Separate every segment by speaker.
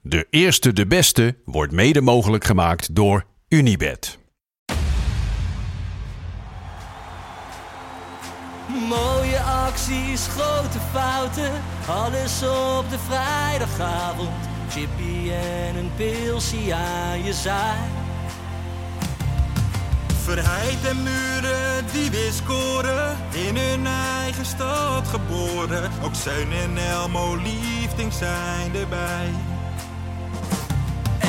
Speaker 1: De eerste, de beste wordt mede mogelijk gemaakt door Unibed.
Speaker 2: Mooie acties, grote fouten, alles op de vrijdagavond. Chippy en een pilsie aan je zaai.
Speaker 3: Verheid en muren die weer scoren, in hun eigen stad geboren. Ook Zeun en Elmo liefdings zijn erbij.
Speaker 2: En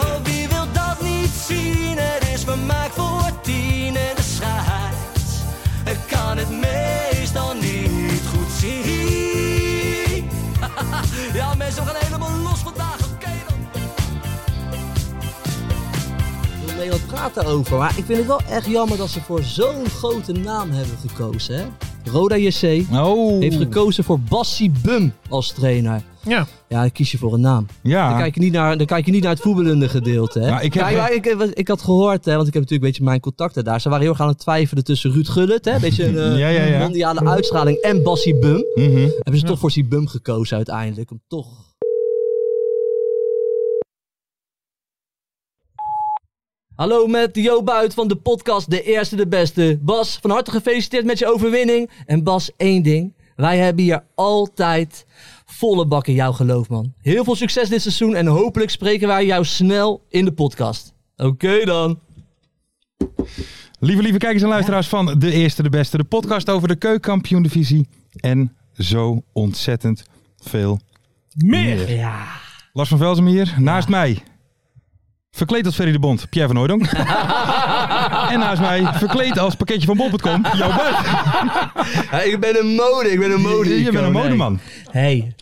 Speaker 2: Oh, wie wil dat niet zien? Het is vermaakt voor tien en de scheids. Ik kan het meestal niet goed zien. Ja, mensen, we gaan helemaal los vandaag. Oké dan.
Speaker 4: Heel Nederland praat daarover. Maar ik vind het wel echt jammer dat ze voor zo'n grote naam hebben gekozen. Hè? Roda JC
Speaker 5: Oh.
Speaker 4: heeft gekozen voor Bassi Bum als trainer.
Speaker 5: Ja.
Speaker 4: Ja, dan kies je voor een naam. Dan,
Speaker 5: Ja.
Speaker 4: kijk je niet naar, dan kijk je niet naar het voetballende gedeelte. Hè?
Speaker 5: Nou, ik heb-
Speaker 4: Kijk, maar ik, ik, ik had gehoord, hè, want ik heb natuurlijk een beetje mijn contacten daar. Ze waren heel erg aan het twijfelen tussen Ruud Gullit, hè, een beetje een eh,
Speaker 5: Ja, ja, ja.
Speaker 4: mondiale uitstraling, en Bassi Bum.
Speaker 5: Mhm.
Speaker 4: Hebben ze toch voor Bassi Bum gekozen uiteindelijk. Om toch... Hallo met Jo Buit van de podcast De Eerste De Beste. Bas, van harte gefeliciteerd met je overwinning. En Bas, één ding. Wij hebben hier altijd volle bak in jouw geloof, man. Heel veel succes dit seizoen en hopelijk spreken wij jou snel in de podcast. Oké dan.
Speaker 5: Lieve, lieve kijkers en luisteraars van De Eerste, De Beste. De podcast over de keukenkampioen-divisie. En zo ontzettend veel meer.
Speaker 4: Ja.
Speaker 5: Lars van Velzen hier, naast mij. Verkleed als Ferry de Bond, Pierre van Hooydonk. en naast mij, verkleed als pakketje van bol.com, jouw buik.
Speaker 4: ik ben een mode, ik ben een mode.
Speaker 5: Je bent een modeman.
Speaker 4: hey,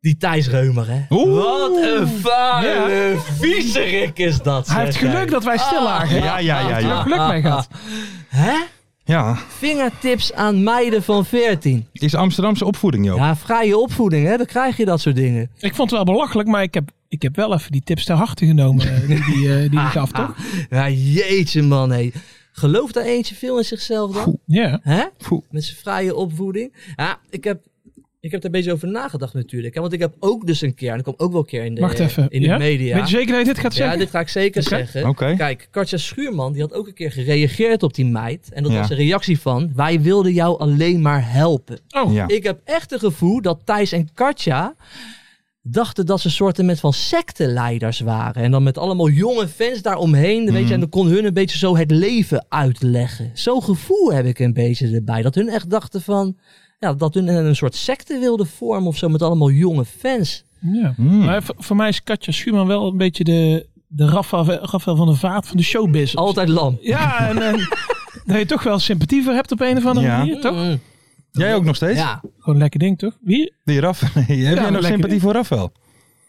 Speaker 4: die Thijs Reumer, hè?
Speaker 5: Oeh.
Speaker 4: Wat een vuile viezerik is dat,
Speaker 6: Hij heeft
Speaker 4: zeg,
Speaker 6: geluk
Speaker 4: hè?
Speaker 6: dat wij stil lagen.
Speaker 5: Ja, ja, ja.
Speaker 6: Hij heeft
Speaker 5: ja.
Speaker 6: geluk mee gehad.
Speaker 4: Hè?
Speaker 5: ja.
Speaker 4: Vingertips aan meiden van 14.
Speaker 5: Is Amsterdamse opvoeding, joh.
Speaker 4: Ja, vrije opvoeding, hè? Dan krijg je dat soort dingen.
Speaker 6: Ik vond het wel belachelijk, maar ik heb, ik heb wel even die tips ter harte genomen eh, die die, eh, die die gaf, toch?
Speaker 4: Ja, jeetje, man, hé. Gelooft daar eentje veel in zichzelf dan?
Speaker 6: Ja.
Speaker 4: Hè?
Speaker 5: Poeh.
Speaker 4: Met zijn vrije opvoeding. Ja, ik heb, ik heb daar een beetje over nagedacht natuurlijk. Hè? Want ik heb ook dus een keer, en dat komt ook wel een keer in de,
Speaker 6: Wacht even.
Speaker 4: Eh, in de
Speaker 6: ja?
Speaker 4: media.
Speaker 6: Weet je zeker dat je dit gaat
Speaker 4: Ja,
Speaker 6: zeggen?
Speaker 4: dit ga ik zeker
Speaker 6: Oké.
Speaker 4: zeggen.
Speaker 5: Oké.
Speaker 4: Kijk, Katja Schuurman die had ook een keer gereageerd op die meid. En dat
Speaker 5: Ja.
Speaker 4: was een reactie van, wij wilden jou alleen maar helpen.
Speaker 6: Oh,
Speaker 5: Ja.
Speaker 4: Ik heb echt het gevoel dat Thijs en Katja dachten dat ze soorten met van secteleiders waren. En dan met allemaal jonge fans daaromheen. Weet
Speaker 5: Mhm.
Speaker 4: je, en dan kon hun een beetje zo het leven uitleggen. Zo'n gevoel heb ik een beetje erbij. Dat hun echt dachten van... Ja, dat hun een soort secte wilden vormen of zo met allemaal jonge fans.
Speaker 6: ja. Maar voor, voor mij is Katja Schuurman wel een beetje de, de Rafa, Rafael van de Vaart van de showbiz.
Speaker 4: Altijd lam.
Speaker 6: Ja, en, en dat je toch wel sympathie voor hebt op een of andere
Speaker 5: Ja.
Speaker 6: manier, toch?
Speaker 5: Jij ook nog steeds?
Speaker 4: Mm, Ja,
Speaker 6: Gewoon een lekker ding, toch? Wie?
Speaker 5: Die Raf. Nee, heb jij nog
Speaker 6: lekker.
Speaker 5: sympathie voor Rafael?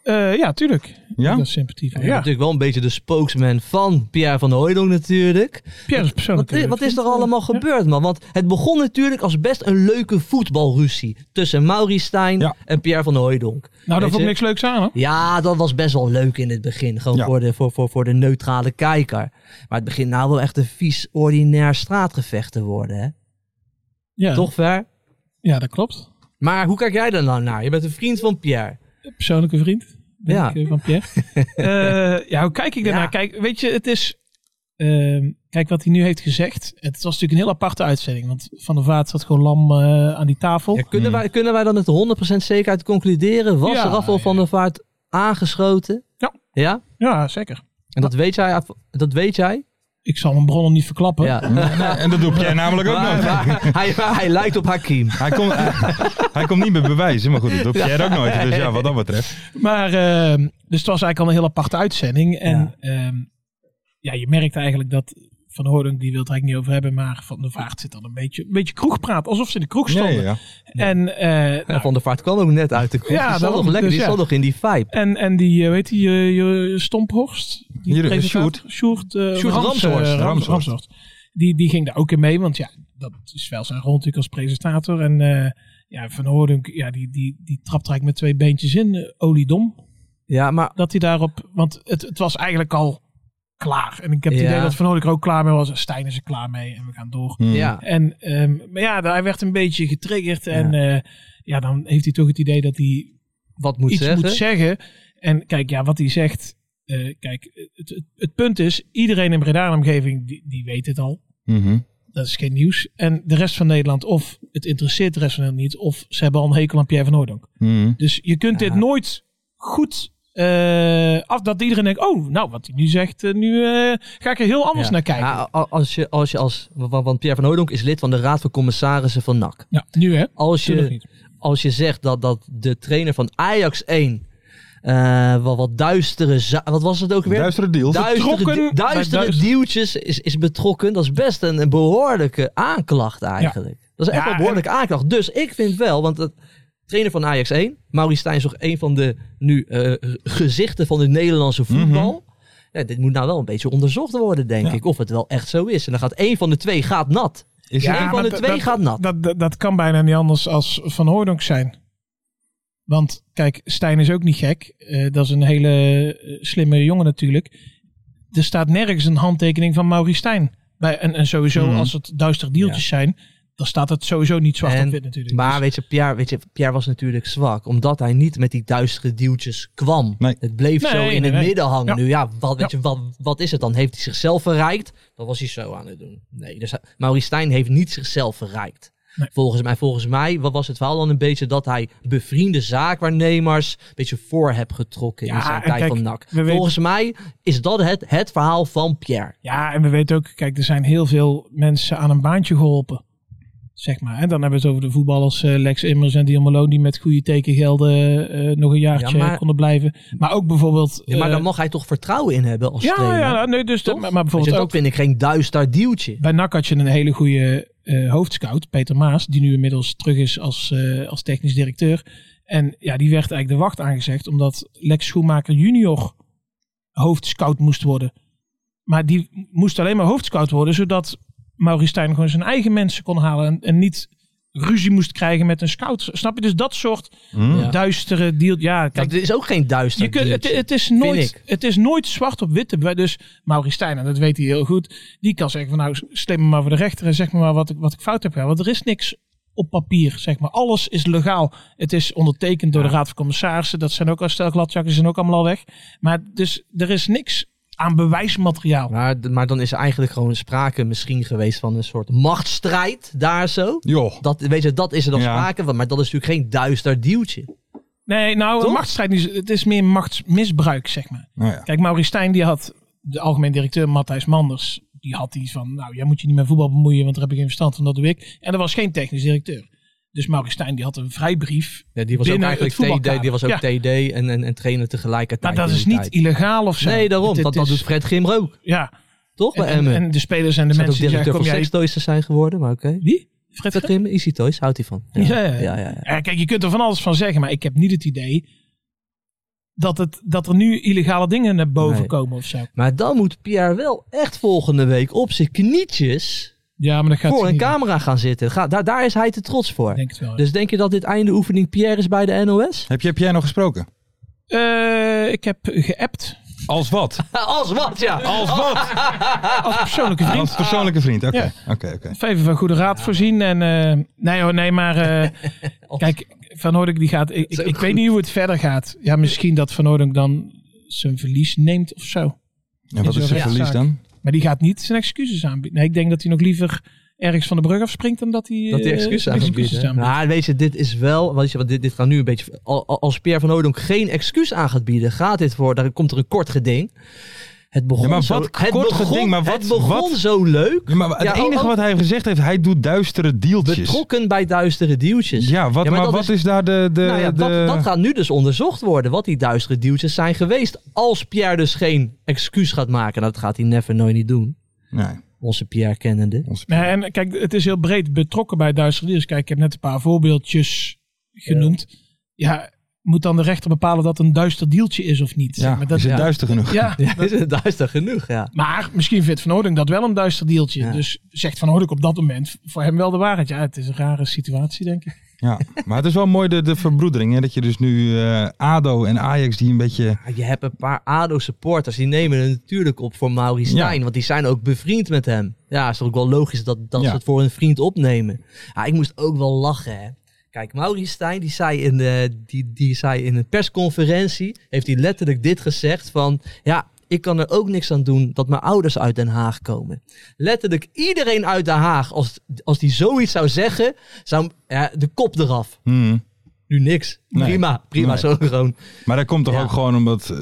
Speaker 6: Eh, ja, tuurlijk.
Speaker 5: Ja?
Speaker 6: Dat is sympathie voor.
Speaker 4: Ja.
Speaker 6: Ja,
Speaker 4: Natuurlijk wel een beetje de spokesman van Pierre van Hooydonk natuurlijk.
Speaker 6: Pierre is
Speaker 4: Wat,
Speaker 6: persoonlijk.
Speaker 4: i- wat is er allemaal gebeurd man? Want het begon natuurlijk als best een leuke voetbalruzie. Tussen Mauri Stijn
Speaker 5: Ja.
Speaker 4: en Pierre van Hooydonk.
Speaker 6: Nou, daar
Speaker 4: Weet
Speaker 6: vond
Speaker 4: je?
Speaker 6: ik niks leuks aan, hoor.
Speaker 4: Ja, dat was best wel leuk in het begin. Gewoon
Speaker 5: Ja.
Speaker 4: voor, de, voor, voor, voor de neutrale kijker. Maar het begint nou wel echt een vies, ordinair straatgevecht te worden. Hè?
Speaker 6: Ja.
Speaker 4: Toch ver?
Speaker 6: Ja, dat klopt.
Speaker 4: Maar hoe kijk jij daar nou naar? Je bent een vriend van Pierre.
Speaker 6: persoonlijke vriend ben
Speaker 4: Ja.
Speaker 6: ik, eh, van Pierre. Eh, ja, hoe kijk ik daarnaar?
Speaker 4: Ja.
Speaker 6: Kijk, weet je, het is... ehm, kijk wat hij nu heeft gezegd. Het was natuurlijk een heel aparte uitzending. Want Van der Vaart zat gewoon lam eh, aan die tafel.
Speaker 4: Ja, kunnen, wij, kunnen wij dan met 100% zekerheid concluderen? Was
Speaker 6: Ja,
Speaker 4: Rafael van der Vaart aangeschoten?
Speaker 6: Ja.
Speaker 4: Ja?
Speaker 6: Ja, zeker.
Speaker 4: En dat weet jij? Dat weet jij?
Speaker 6: Ik zal mijn bronnen niet verklappen.
Speaker 4: Ja.
Speaker 5: Nee, en dat doe jij namelijk ook
Speaker 4: Maar-
Speaker 5: nooit.
Speaker 4: maar hij, maar hij lijkt op Hakim.
Speaker 5: Hij komt, hij, hij komt niet met bewijzen, maar goed, dat doet jij ook nooit. Dus ja, wat dat betreft.
Speaker 6: Maar, ehm, dus het was eigenlijk al een heel aparte uitzending. En ehm, ja, je merkt eigenlijk dat Van Hoordung die wil het eigenlijk niet over hebben, maar Van de Vaart zit dan een beetje, een beetje kroegpraat, alsof ze in de kroeg
Speaker 5: Ja,
Speaker 6: stonden.
Speaker 5: ja, ja.
Speaker 6: En, eh,
Speaker 4: Ja, van der Vaart kwam ook net uit de kroeg.
Speaker 6: Ja,
Speaker 4: die zat
Speaker 6: daarom,
Speaker 4: nog lekker.
Speaker 6: dus
Speaker 4: die
Speaker 6: ja.
Speaker 4: zat nog in die vibe.
Speaker 6: en, en die, eh, weet die, eh, eh, Stomphorst? Die
Speaker 5: Hier, eh,
Speaker 6: presentator? Sjoerd, eh,
Speaker 4: Sjoerd
Speaker 6: Rams, eh,
Speaker 4: Ramshorst.
Speaker 6: Rams-
Speaker 5: Ramshorst.
Speaker 6: Ramshorst. Die, die ging daar ook in mee, want ja, dat is wel zijn rol natuurlijk als presentator. En eh, ja, Van Hoordung, ja, die, die, die trapt er eigenlijk met twee beentjes in. Eh, Oliedom,
Speaker 4: Ja, maar
Speaker 6: dat hij daarop. Want het, het was eigenlijk al klaar. En ik heb het
Speaker 4: Ja.
Speaker 6: idee dat Van Hoornik er ook klaar mee was. En Stijn is er klaar mee en we gaan door.
Speaker 5: Hmm.
Speaker 4: ja.
Speaker 6: En, ehm, maar ja, hij werd een beetje getriggerd. En eh, ja, dan heeft hij toch het idee dat hij
Speaker 4: wat moet
Speaker 6: iets
Speaker 4: zeggen.
Speaker 6: moet zeggen. En kijk, ja, wat hij zegt. eh, kijk, het, het, het punt is, iedereen in Breda en omgeving, die, die weet het al.
Speaker 5: Mhm.
Speaker 6: Dat is geen nieuws. En de rest van Nederland, of het interesseert de rest van Nederland niet, of ze hebben al een hekel aan Pierre van Hooydonk.
Speaker 5: Mhm.
Speaker 6: Dus je kunt
Speaker 4: Ja.
Speaker 6: dit nooit goed eh, af dat iedereen denkt: oh, nou, wat hij nu zegt, eh, nu eh, ga ik er heel anders
Speaker 4: Ja.
Speaker 6: naar kijken.
Speaker 4: Ja, a- als je, als je als, want want Pierre van Hooydonk is lid van de Raad van Commissarissen van NAC.
Speaker 6: Ja, nu hè?
Speaker 4: Als
Speaker 6: Toen nog
Speaker 4: je,
Speaker 6: niet.
Speaker 4: als je zegt dat, dat de trainer van Ajax 1 eh, wat, wat duistere, za- wat was het ook weer?
Speaker 5: Duistere deals.
Speaker 4: duistere,
Speaker 6: Betrokken
Speaker 4: du- duistere
Speaker 6: bij duister-
Speaker 4: duwtjes is, is betrokken. Dat is best een, een behoorlijke aanklacht eigenlijk. Dat is echt
Speaker 6: Ja,
Speaker 4: een behoorlijke aanklacht. Dus ik vind wel, want het trainer van Ajax 1, Maurice Stijn is toch een van de nu eh, gezichten van het Nederlandse voetbal. Ja, dit moet nou wel een beetje onderzocht worden, denk ik. Of het wel echt zo is. En dan gaat één van de twee gaat nat.
Speaker 5: Is
Speaker 6: Ja,
Speaker 4: één van de
Speaker 6: maar
Speaker 4: twee
Speaker 6: dat-
Speaker 4: gaat nat.
Speaker 6: Dat, dat, dat kan bijna niet anders als Van Hooydonk zijn. Want kijk, Stijn is ook niet gek. Eh, dat is een hele eh, slimme jongen natuurlijk. Er staat nergens een handtekening van Maurice Stijn. Bij, en, en sowieso,
Speaker 5: Mhm.
Speaker 6: als het duister deeltjes zijn, dan staat het sowieso niet zwart
Speaker 4: En-
Speaker 6: op wit natuurlijk.
Speaker 4: Maar
Speaker 6: Dus-
Speaker 4: weet je, Pierre, weet je, Pierre was natuurlijk zwak. Omdat hij niet met die duistere duwtjes kwam.
Speaker 5: Nee.
Speaker 4: Het bleef
Speaker 6: Nee,
Speaker 4: zo in
Speaker 6: nee,
Speaker 4: het
Speaker 6: nee.
Speaker 4: midden hangen.
Speaker 6: Ja.
Speaker 4: Nu ja, wat, weet
Speaker 6: Ja.
Speaker 4: Je, wat, wat is het dan? Heeft hij zichzelf verrijkt? Dat was hij zo aan het doen. Nee, dus hij- Maurice Stijn heeft niet zichzelf verrijkt.
Speaker 6: Nee.
Speaker 4: Volgens mij, volgens mij wat was het verhaal dan een beetje dat hij bevriende zaakwaarnemers een beetje voor heb getrokken in
Speaker 6: Ja,
Speaker 4: zijn
Speaker 6: en
Speaker 4: tijd
Speaker 6: kijk,
Speaker 4: van NAC.
Speaker 6: we weten-
Speaker 4: Volgens mij is dat het, het verhaal van Pierre.
Speaker 6: Ja, en we weten ook, kijk, er zijn heel veel mensen aan een baantje geholpen. Zeg maar. En dan hebben we het over de voetballers eh, Lex Immers en Dion Malone, die met goede tekengelden eh, nog een jaartje
Speaker 4: Ja, maar-
Speaker 6: konden blijven. Maar ook bijvoorbeeld.
Speaker 4: Ja, maar
Speaker 6: eh,
Speaker 4: daar mag hij toch vertrouwen in hebben als
Speaker 6: ja,
Speaker 4: trainer?
Speaker 6: ja, ja, nee, dus dat,
Speaker 4: Toch?
Speaker 6: maar, maar
Speaker 4: Weet je,
Speaker 6: bijvoorbeeld
Speaker 4: dat
Speaker 6: ook
Speaker 4: vind ik geen duister duwtje.
Speaker 6: bij NAC had je een hele goede eh, hoofdscout, Peter Maas, die nu inmiddels terug is als, eh, als technisch directeur. En ja, die werd eigenlijk de wacht aangezegd, omdat Lex Schoenmaker junior hoofdscout moest worden. Maar die moest alleen maar hoofdscout worden, zodat Maurice Stijn gewoon zijn eigen mensen kon halen en, en niet ruzie moest krijgen met een scout. Snap je? Dus dat soort
Speaker 5: Mhm.
Speaker 4: Ja.
Speaker 6: duistere deal. Ja, kijk,
Speaker 4: Kijk, dit is ook geen duister
Speaker 6: je kunt, het,
Speaker 4: duwtje.
Speaker 6: het, is
Speaker 4: Vind
Speaker 6: nooit,
Speaker 4: ik.
Speaker 6: het is nooit zwart op wit. te be- Dus Maurice Stijn, en dat weet hij heel goed, die kan zeggen van nou stem me maar voor de rechter en zeg me maar wat ik, wat ik fout heb gedaan. Want er is niks op papier, zeg maar. Alles is legaal. Het is ondertekend door de Raad van Commissarissen. Dat zijn ook al stel gladjakken, zijn ook allemaal al weg. Maar dus er is niks aan bewijsmateriaal.
Speaker 4: Maar, d- maar dan is er eigenlijk gewoon sprake misschien geweest van een soort machtsstrijd daar zo.
Speaker 5: Joh.
Speaker 4: Dat, weet je, dat is er dan
Speaker 5: Ja.
Speaker 4: sprake van. Maar dat is natuurlijk geen duister duwtje.
Speaker 6: Nee, nou,
Speaker 4: Toch?
Speaker 6: een machtsstrijd is, het is meer machtsmisbruik, zeg maar.
Speaker 5: Nou ja.
Speaker 6: Kijk, Maurice Stijn die had, de algemeen directeur Matthijs Manders, die had iets van, nou jij moet je niet met voetbal bemoeien, want daar heb ik geen verstand van, dat doe ik. En er was geen technisch directeur. Dus Maurice Stijn die had een vrijbrief.
Speaker 4: die was
Speaker 6: ook Binnen
Speaker 4: ook
Speaker 6: eigenlijk het
Speaker 4: eigenlijk
Speaker 6: voetbalkader.
Speaker 4: TD, die was ook
Speaker 6: Ja.
Speaker 4: TD en, en, en trainer
Speaker 6: Maar
Speaker 4: tegelijkertijd.
Speaker 6: dat
Speaker 4: in
Speaker 6: is
Speaker 4: die
Speaker 6: niet
Speaker 4: tijd.
Speaker 6: illegaal of zo.
Speaker 4: Nee, daarom.
Speaker 6: Dit-
Speaker 4: Dat,
Speaker 6: dit
Speaker 4: dat
Speaker 6: is-
Speaker 4: doet Fred Grimmer ook.
Speaker 6: Ja,
Speaker 4: Toch
Speaker 6: en,
Speaker 4: bij
Speaker 6: en,
Speaker 4: Emmen?
Speaker 6: en de spelers en de
Speaker 4: Zijn ook
Speaker 6: mensen die zeggen,
Speaker 4: directeur
Speaker 6: kom
Speaker 4: van
Speaker 6: jij...
Speaker 4: Sextoys te zijn geworden, maar oké.
Speaker 6: Wie? Fred
Speaker 4: Fred
Speaker 6: Grim?
Speaker 4: Grimmer, Easy Toys, houdt hij van.
Speaker 6: Ja, ja, ja.
Speaker 4: ja, ja.
Speaker 6: Ja, kijk, je kunt er van alles van zeggen, maar ik heb niet het idee dat, het, dat er nu illegale dingen naar boven
Speaker 4: Nee.
Speaker 6: komen of zo.
Speaker 4: Maar dan moet Pierre wel echt volgende week op zijn knietjes
Speaker 6: Ja, maar dat gaat
Speaker 4: voor
Speaker 6: hij
Speaker 4: een
Speaker 6: niet doen.
Speaker 4: camera gaan zitten. Ga, daar, daar is hij te trots voor.
Speaker 6: Ik Denk het wel. ja.
Speaker 4: Dus denk je dat dit einde oefening Pierre is bij de NOS?
Speaker 5: Heb, je, heb jij nog gesproken?
Speaker 6: Eh, ik heb geappt
Speaker 5: Als wat?
Speaker 4: Als wat, ja.
Speaker 5: Als wat?
Speaker 6: als persoonlijke vriend.
Speaker 5: Als persoonlijke vriend. Oké,
Speaker 6: Ja.
Speaker 5: oké, oké.
Speaker 6: Even van goede raad voorzien. En, eh, nee hoor, nee, maar eh, kijk, Van Hoordink die gaat... Ik, ik,
Speaker 4: Zo
Speaker 6: ik
Speaker 4: goed.
Speaker 6: weet niet hoe het verder gaat. Ja, misschien dat Van Hoordink dan zijn verlies neemt of zo.
Speaker 5: En wat
Speaker 6: Is
Speaker 5: is
Speaker 6: wel
Speaker 5: zijn verlies
Speaker 6: rechtszaak.
Speaker 5: dan?
Speaker 6: Maar die gaat niet zijn excuses aanbieden. Nee, ik denk dat hij nog liever ergens van de brug afspringt dan dat hij...
Speaker 4: Dat die
Speaker 6: eh,
Speaker 4: excuses
Speaker 6: zijn
Speaker 4: aanbiedt. Maar Nou, weet je, dit is wel, weet je, want dit, dit gaat nu een beetje, al- al- als Pierre van Hooydonk geen excuus aan gaat bieden, gaat dit voor, daar komt er een kort geding. Het begon
Speaker 5: Ja, maar
Speaker 4: zo,
Speaker 5: wat
Speaker 4: het
Speaker 5: kort
Speaker 4: begon,
Speaker 5: geding? Maar wat-
Speaker 4: het begon
Speaker 5: wat?
Speaker 4: zo leuk,
Speaker 5: Ja, maar het
Speaker 4: Ja, oh,
Speaker 5: enige
Speaker 4: oh.
Speaker 5: wat hij heeft gezegd heeft, hij doet duistere dealtjes.
Speaker 4: betrokken bij duistere duwtjes.
Speaker 5: Ja, wat,
Speaker 4: Ja,
Speaker 5: maar,
Speaker 4: dat
Speaker 5: wat is, daar de... de,
Speaker 4: nou ja,
Speaker 5: Eh, de...
Speaker 4: dat, dat gaat nu dus onderzocht worden, wat die duistere duwtjes zijn geweest. Als Pierre dus geen excuus gaat maken, nou, dat gaat hij never nooit niet doen.
Speaker 5: Nee.
Speaker 4: onze Pierre kennende.
Speaker 5: Onze
Speaker 6: Nee, en kijk, het is heel breed betrokken bij Duitsers. Kijk, ik heb net een paar voorbeeldjes genoemd. Ja, moet dan de rechter bepalen dat een duister deeltje is of niet?
Speaker 5: ja,
Speaker 6: Zeg maar, dat,
Speaker 5: is het
Speaker 6: ja.
Speaker 5: duister genoeg?
Speaker 6: Ja.
Speaker 4: Ja, dat is- daar is dat genoeg, ja.
Speaker 6: maar misschien vindt Van Ouding dat wel een duister deeltje.
Speaker 4: Ja.
Speaker 6: Dus zegt Van Ouding op dat moment voor hem wel de waarheid. Ja, het is een rare situatie, denk ik.
Speaker 5: Ja. Maar het is wel mooi de, de verbroedering. Hè? Dat je dus nu eh, ADO en Ajax die een beetje...
Speaker 4: Ah, Je hebt een paar ADO-supporters, die nemen het natuurlijk op voor Mauri Stijn.
Speaker 5: Ja.
Speaker 4: Want die zijn ook bevriend met hem. Ja, is toch ook wel logisch dat, dat
Speaker 5: Ja.
Speaker 4: ze het voor een vriend opnemen. Ja, ik moest ook wel lachen, hè. Kijk, Mauri Stijn, die zei, in de, die, die zei in een persconferentie, heeft hij letterlijk dit gezegd van... Ja, ik kan er ook niks aan doen dat mijn ouders uit Den Haag komen. Letterlijk iedereen uit Den Haag, als, als die zoiets zou zeggen, zou ja, de kop eraf.
Speaker 5: Hmm.
Speaker 4: Nu niks.
Speaker 5: Nee.
Speaker 4: Prima, prima
Speaker 5: Nee.
Speaker 4: zo gewoon.
Speaker 5: Maar dat komt toch
Speaker 4: Ja.
Speaker 5: ook gewoon omdat eh,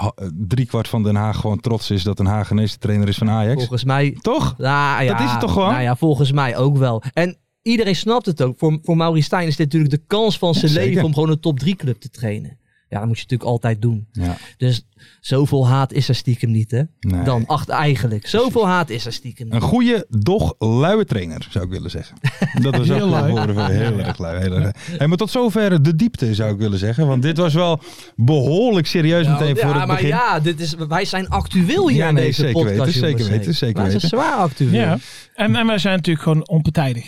Speaker 5: ha- driekwart van Den Haag gewoon trots is dat Den Haag ineens de trainer is van Ajax.
Speaker 4: Volgens mij
Speaker 5: Toch?
Speaker 4: Nou, ja,
Speaker 5: Dat is het toch gewoon?
Speaker 4: Nou ja, volgens mij ook wel. En iedereen snapt het ook. Voor, voor Mauri Stijn is dit natuurlijk de kans van zijn
Speaker 5: zeker.
Speaker 4: leven om gewoon een top 3 club te trainen. Ja, dat moet je natuurlijk altijd doen.
Speaker 5: Ja.
Speaker 4: Dus zoveel haat is er stiekem niet, hè?
Speaker 5: Nee.
Speaker 4: Dan acht eigenlijk. Zoveel haat is er stiekem
Speaker 5: Een
Speaker 4: niet.
Speaker 5: goede, doch luie trainer, zou ik willen zeggen. Dat was ook
Speaker 6: Heel lui.
Speaker 5: een woorden van heel erg lui. Heel erg. Hey, maar tot zover de diepte, zou ik willen zeggen. Want dit was wel behoorlijk serieus meteen voor
Speaker 4: Nou, ja,
Speaker 5: het
Speaker 4: maar
Speaker 5: begin.
Speaker 4: ja, dit is, wij zijn actueel hier
Speaker 5: Ja,
Speaker 4: in
Speaker 5: nee,
Speaker 4: deze
Speaker 5: zeker
Speaker 4: podcast.
Speaker 5: weten, zeker
Speaker 4: jongens,
Speaker 5: weten,
Speaker 4: hè.
Speaker 5: zeker
Speaker 4: Wij zijn
Speaker 5: weten.
Speaker 4: zwaar actueel.
Speaker 6: Ja. En, en wij zijn natuurlijk gewoon onpartijdig.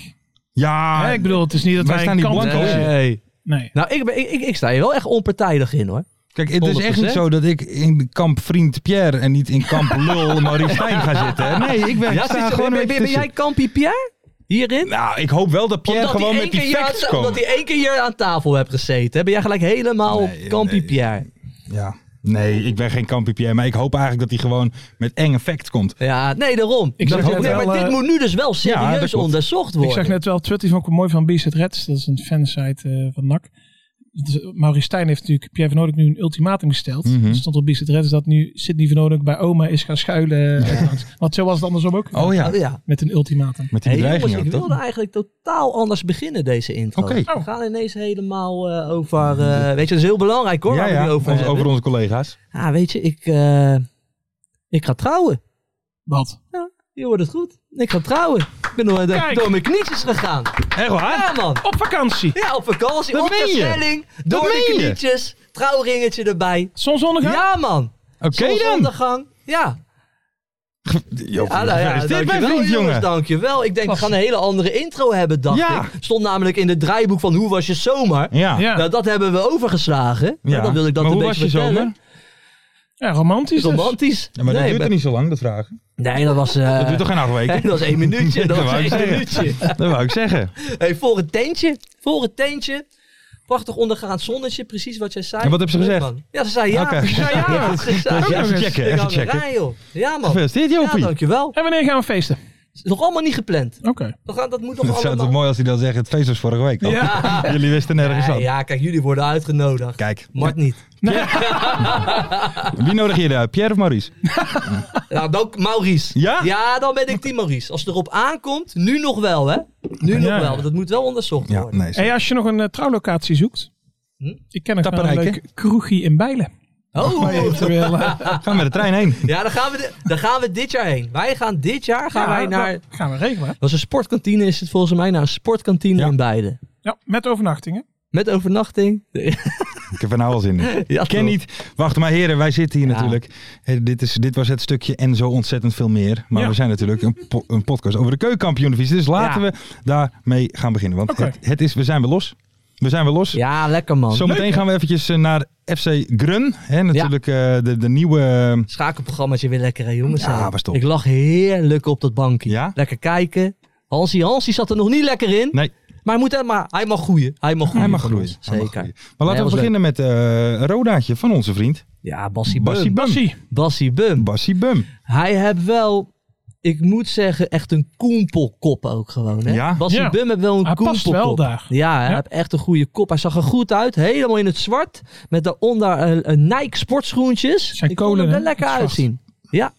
Speaker 5: Ja,
Speaker 6: Hè, ik bedoel, het is niet dat
Speaker 5: Ah, wij
Speaker 6: wij,
Speaker 5: staan
Speaker 6: een
Speaker 5: niet
Speaker 6: kant
Speaker 5: blanco.
Speaker 6: hebben.
Speaker 5: Nee.
Speaker 6: Nee.
Speaker 4: Nou, ik, ben- ik, ik, ik sta hier wel echt onpartijdig in, hoor.
Speaker 5: Kijk, het is echt niet
Speaker 4: 100%.
Speaker 5: zo dat ik in kamp vriend Pierre en niet in kamp lul Maurice Stijn ga zitten. hè. Nee, ik ben, ik
Speaker 4: Ja,
Speaker 5: sta
Speaker 4: zit-
Speaker 5: gewoon
Speaker 4: ben,
Speaker 5: een
Speaker 4: ben-
Speaker 5: beetje
Speaker 4: ben jij
Speaker 5: tussen.
Speaker 4: kampie Pierre? Hierin?
Speaker 5: Nou, ik hoop wel dat Pierre
Speaker 4: Omdat
Speaker 5: gewoon
Speaker 4: hij
Speaker 5: met
Speaker 4: één
Speaker 5: die
Speaker 4: keer hier
Speaker 5: facts
Speaker 4: aan-
Speaker 5: komt.
Speaker 4: Omdat hij één keer hier aan tafel hebt gezeten. hè, Ben jij gelijk helemaal
Speaker 5: Nee,
Speaker 4: op kampie
Speaker 5: nee.
Speaker 4: Pierre.
Speaker 5: Ja. Nee, ik ben geen kamp Pierre, maar ik hoop eigenlijk dat hij gewoon met enge facts komt.
Speaker 4: Ja, nee, daarom.
Speaker 6: Ik
Speaker 4: Dat
Speaker 6: zeg
Speaker 4: is-
Speaker 6: ook
Speaker 4: nee,
Speaker 6: wel,
Speaker 4: maar dit
Speaker 6: eh,
Speaker 4: moet nu dus wel
Speaker 5: Ja, dat
Speaker 4: serieus
Speaker 5: klopt.
Speaker 4: onderzocht worden.
Speaker 6: Ik zag net wel een tweet die vond ik wel mooi van BZ Reds. Dat is een fansite eh, van NAC. Dus Maurice Stijn heeft natuurlijk Pierre van Oudijk nu een ultimatum gesteld.
Speaker 5: Mhm.
Speaker 6: Er stond op BZ Reds dat nu Sidney van Oudijk bij oma is gaan schuilen. ergens. Want zo was het andersom ook.
Speaker 5: Oh ja,
Speaker 4: Oh, ja.
Speaker 6: Met een ultimatum.
Speaker 5: met die
Speaker 4: Hey, jongens,
Speaker 5: bedreigingen
Speaker 4: ik
Speaker 5: ook,
Speaker 4: wilde
Speaker 5: toch?
Speaker 4: eigenlijk totaal anders beginnen deze intro.
Speaker 5: Oké. Oh.
Speaker 4: We gaan ineens helemaal eh, over... eh, weet je, dat is heel belangrijk hoor,
Speaker 5: ja,
Speaker 4: waar we
Speaker 5: ja,
Speaker 4: het nu over
Speaker 5: over,
Speaker 4: hebben.
Speaker 5: over onze collega's.
Speaker 4: Ja, weet je, ik, eh, ik ga trouwen.
Speaker 6: Wat?
Speaker 4: Je hoort het goed. Ik ga trouwen. Ik ben door, de,
Speaker 6: Kijk.
Speaker 4: door mijn knietjes gegaan.
Speaker 5: Echt waar?
Speaker 4: Ja man.
Speaker 6: Op vakantie.
Speaker 4: Ja, op vakantie,
Speaker 5: Dat
Speaker 4: op
Speaker 5: meen
Speaker 4: de
Speaker 5: je?
Speaker 4: stelling, door de
Speaker 5: meen je?
Speaker 4: knietjes, trouwringetje erbij.
Speaker 6: Zonsondergang?
Speaker 4: Ja man,
Speaker 5: Oké dan.
Speaker 4: zonsondergang. Ja,
Speaker 5: Jo,
Speaker 4: ja, nou ja
Speaker 5: is dit mijn
Speaker 4: dankjewel
Speaker 5: vriend,
Speaker 4: jongens,
Speaker 5: jongen?
Speaker 4: dankjewel. Ik denk, we
Speaker 6: Klasse.
Speaker 4: gaan een hele andere intro hebben, dacht
Speaker 5: Ja.
Speaker 4: ik. Stond namelijk in het draaiboek van Hoe was je zomer?
Speaker 5: Ja.
Speaker 6: Ja.
Speaker 4: Nou, dat hebben we overgeslagen. Ja.
Speaker 5: Ja.
Speaker 4: dan wil ik dat
Speaker 5: maar
Speaker 4: een
Speaker 5: hoe was
Speaker 4: beetje
Speaker 5: je
Speaker 4: vertellen.
Speaker 5: zomer?
Speaker 6: Ja, romantisch dus.
Speaker 4: Romantisch.
Speaker 5: Ja, maar dat
Speaker 4: nee,
Speaker 5: duurt er niet zo lang, dat vragen.
Speaker 4: maar- nee, dat was... eh,
Speaker 5: Dat duurt toch geen acht weken?
Speaker 4: dat was één minuutje. Dat
Speaker 5: Dat
Speaker 4: was
Speaker 5: wou ik
Speaker 4: één
Speaker 5: zeggen.
Speaker 4: minuutje.
Speaker 5: Dat wou ik zeggen.
Speaker 4: Hey, voor het tentje. Voor het tentje. Prachtig ondergaand zonnetje, precies wat jij zei.
Speaker 5: En wat heb ze
Speaker 4: Leuk,
Speaker 5: gezegd?
Speaker 4: man. Ja, ze zei ja.
Speaker 5: Oké.
Speaker 4: Ze zei ja.
Speaker 5: Ja,
Speaker 4: Ze zei
Speaker 5: Dus
Speaker 4: ja.
Speaker 5: even checken,
Speaker 4: Ik
Speaker 5: even
Speaker 4: hang
Speaker 5: checken.
Speaker 4: eraan, joh. Ja, man.
Speaker 5: Gefeliciteerd,
Speaker 4: Ja,
Speaker 5: Jopie.
Speaker 4: dankjewel.
Speaker 6: En wanneer gaan we feesten?
Speaker 4: Is nog allemaal niet gepland.
Speaker 6: Oké.
Speaker 4: Dat, gaat- dat moet nog
Speaker 5: Dat zou
Speaker 4: allemaal...
Speaker 5: toch mooi als hij dan zegt, het feest was vorige week. toch?
Speaker 4: Ja.
Speaker 5: Jullie wisten nergens
Speaker 4: Nee,
Speaker 5: van.
Speaker 4: ja, kijk, jullie worden uitgenodigd.
Speaker 5: Kijk,
Speaker 4: Mart niet.
Speaker 6: Nou,
Speaker 5: wie nodig je daar? Pierre of Maurice?
Speaker 4: Nou, dan Maurice.
Speaker 5: Ja?
Speaker 4: Ja, dan ben ik team Maurice. Als het erop aankomt, nu nog wel, hè? Nu nog wel, want dat moet wel onderzocht
Speaker 5: Ja,
Speaker 4: worden.
Speaker 5: nee.
Speaker 6: Hey, als je nog een eh, trouwlocatie zoekt.
Speaker 4: Hm?
Speaker 6: Ik ken nog wel een
Speaker 5: Tapperijke.
Speaker 6: leuk kroegie in Bijlen.
Speaker 4: Oh,
Speaker 6: Eventueel. eh,
Speaker 5: Ga met de trein heen.
Speaker 4: ja, dan gaan, we di- dan gaan we dit jaar heen. Wij gaan dit jaar gaan
Speaker 6: ja,
Speaker 4: wij
Speaker 6: dat
Speaker 4: naar...
Speaker 6: Gaan we regelen.
Speaker 4: Dat is een sportkantine, is het volgens mij. Nou, een sportkantine
Speaker 5: Ja.
Speaker 4: in beide.
Speaker 6: Ja, met overnachtingen.
Speaker 4: Met overnachting.
Speaker 5: Ik heb er nou al zin in.
Speaker 4: Ja,
Speaker 5: Ken
Speaker 4: toch?
Speaker 5: niet. Wacht maar heren, wij zitten hier
Speaker 4: Ja.
Speaker 5: natuurlijk. Hey, dit, is, dit was het stukje en zo ontzettend veel meer. Maar
Speaker 6: Ja.
Speaker 5: we zijn natuurlijk een, po- een podcast over de keukenkampioenvisie. Dus laten
Speaker 4: Ja.
Speaker 5: we daarmee gaan beginnen. Want
Speaker 6: Oké.
Speaker 5: het, het is, we zijn weer los. We zijn weer los.
Speaker 4: Ja, lekker man.
Speaker 5: Zometeen gaan we eventjes eh, naar FC Grun. Hè, natuurlijk eh, de, de nieuwe... eh,
Speaker 4: Schakelprogrammaatje weer lekker, hè, jongens.
Speaker 5: Ja,
Speaker 4: hè.
Speaker 5: was top.
Speaker 4: Ik lag heerlijk op dat bankje.
Speaker 5: Ja?
Speaker 4: Lekker kijken. Hansie Hansie zat er nog niet lekker in.
Speaker 5: Nee.
Speaker 4: Maar hij, moet, hè, maar hij mag groeien. Hij mag groeien.
Speaker 5: Hij mag
Speaker 4: van
Speaker 5: groeien.
Speaker 4: ons.
Speaker 5: Hij mag
Speaker 4: Zeker.
Speaker 5: groeien. Maar laten
Speaker 4: Nee,
Speaker 5: we
Speaker 4: was
Speaker 5: beginnen met eh, een Rodaatje van onze vriend.
Speaker 4: Ja, Bassie Bum.
Speaker 5: Bassie Bum.
Speaker 6: Bassie.
Speaker 4: Bassie Bum.
Speaker 5: Bassie Bum.
Speaker 4: Hij heeft wel, ik moet zeggen, echt een koempelkop ook gewoon. Hè?
Speaker 5: Ja.
Speaker 4: Bassie
Speaker 6: Ja.
Speaker 4: Bum heeft wel een
Speaker 6: Hij past
Speaker 4: koempelkop.
Speaker 6: wel daar.
Speaker 4: Ja, hij
Speaker 6: Ja.
Speaker 4: heeft echt een goede kop. Hij zag er goed uit. Helemaal in het zwart. Met daaronder eh, een, een Nike sportschoentjes.
Speaker 6: Zijn
Speaker 4: Ik kon
Speaker 6: kolen,
Speaker 4: er wel
Speaker 6: hè?
Speaker 4: lekker
Speaker 6: Het zwart.
Speaker 4: uitzien. Ja.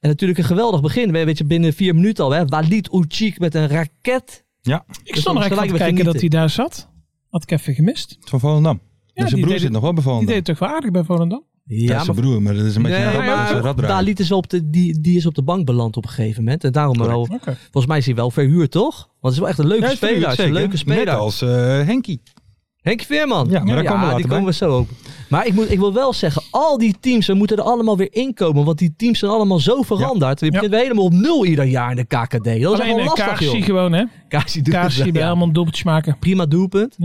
Speaker 4: En natuurlijk een geweldig begin. Weet je, binnen vier minuten al. Hè? Walid Oudjik met een raket.
Speaker 5: Ja,
Speaker 6: Ik
Speaker 4: Dus
Speaker 6: stond er
Speaker 4: dan
Speaker 6: echt van
Speaker 4: gelijk
Speaker 6: te
Speaker 4: weer
Speaker 6: kijken
Speaker 4: genieten.
Speaker 6: dat hij daar zat. Had ik even gemist.
Speaker 5: van Volendam.
Speaker 6: Ja,
Speaker 5: dus
Speaker 6: die
Speaker 5: zijn broer
Speaker 6: deed
Speaker 5: zit
Speaker 6: het-
Speaker 5: nog wel bij
Speaker 6: Die
Speaker 5: Volendam.
Speaker 6: deed het toch wel aardig bij Volendam?
Speaker 5: dat
Speaker 4: Ja,
Speaker 5: is zijn
Speaker 4: maar,
Speaker 5: broer, maar dat is een beetje
Speaker 4: Nee,
Speaker 5: een,
Speaker 4: maar
Speaker 5: rad, dat is een raddraai.
Speaker 4: Dalit is wel op de, die, die is op de bank beland op een gegeven moment. En daarom wel,
Speaker 6: Oké.
Speaker 4: volgens mij is hij wel verhuurd, toch? Want het is wel echt een leuke
Speaker 5: Ja,
Speaker 4: speler.
Speaker 5: natuurlijk,
Speaker 4: Hij is een
Speaker 5: zeker.
Speaker 4: leuke speler.
Speaker 5: Net als eh Henkie.
Speaker 4: Henk Veerman.
Speaker 5: Ja, maar daar komen we later
Speaker 4: die
Speaker 5: bij.
Speaker 4: komen we zo op. Maar ik, moet, ik wil wel zeggen, al die teams, we moeten er allemaal weer inkomen. Want die teams zijn allemaal zo veranderd. We
Speaker 6: Ja.
Speaker 4: beginnen helemaal op nul ieder jaar in de KKD. Dat is
Speaker 6: Alleen
Speaker 4: allemaal
Speaker 6: eh,
Speaker 4: lastig,
Speaker 6: Kaarsie
Speaker 4: joh.
Speaker 6: gewoon, hè?
Speaker 4: Kaarsie doet het
Speaker 6: Kaarsie
Speaker 4: wel,
Speaker 6: bij
Speaker 4: ja. Eh,
Speaker 6: helemaal doelpuntjes maken.
Speaker 4: Prima doelpunt.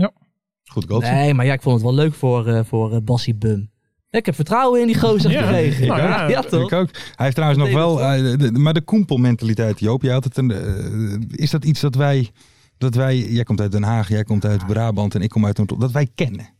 Speaker 5: Goed goal.
Speaker 4: Nee, maar ja, ik vond het wel leuk voor, eh, voor eh, Bassie Bum. Ik heb vertrouwen in die gozer
Speaker 6: Ja.
Speaker 4: gekregen.
Speaker 6: Nou,
Speaker 4: Ja,
Speaker 6: ja,
Speaker 4: ja,
Speaker 5: Ik
Speaker 4: toch?
Speaker 5: ook. Hij heeft trouwens nog wel, eh, de- de- maar de koempelmentaliteit, Joop, jij had het een, eh, is dat iets dat wij, dat wij, jij komt uit Den Haag, jij komt uit Brabant en ik kom uit Noord, dat wij kennen.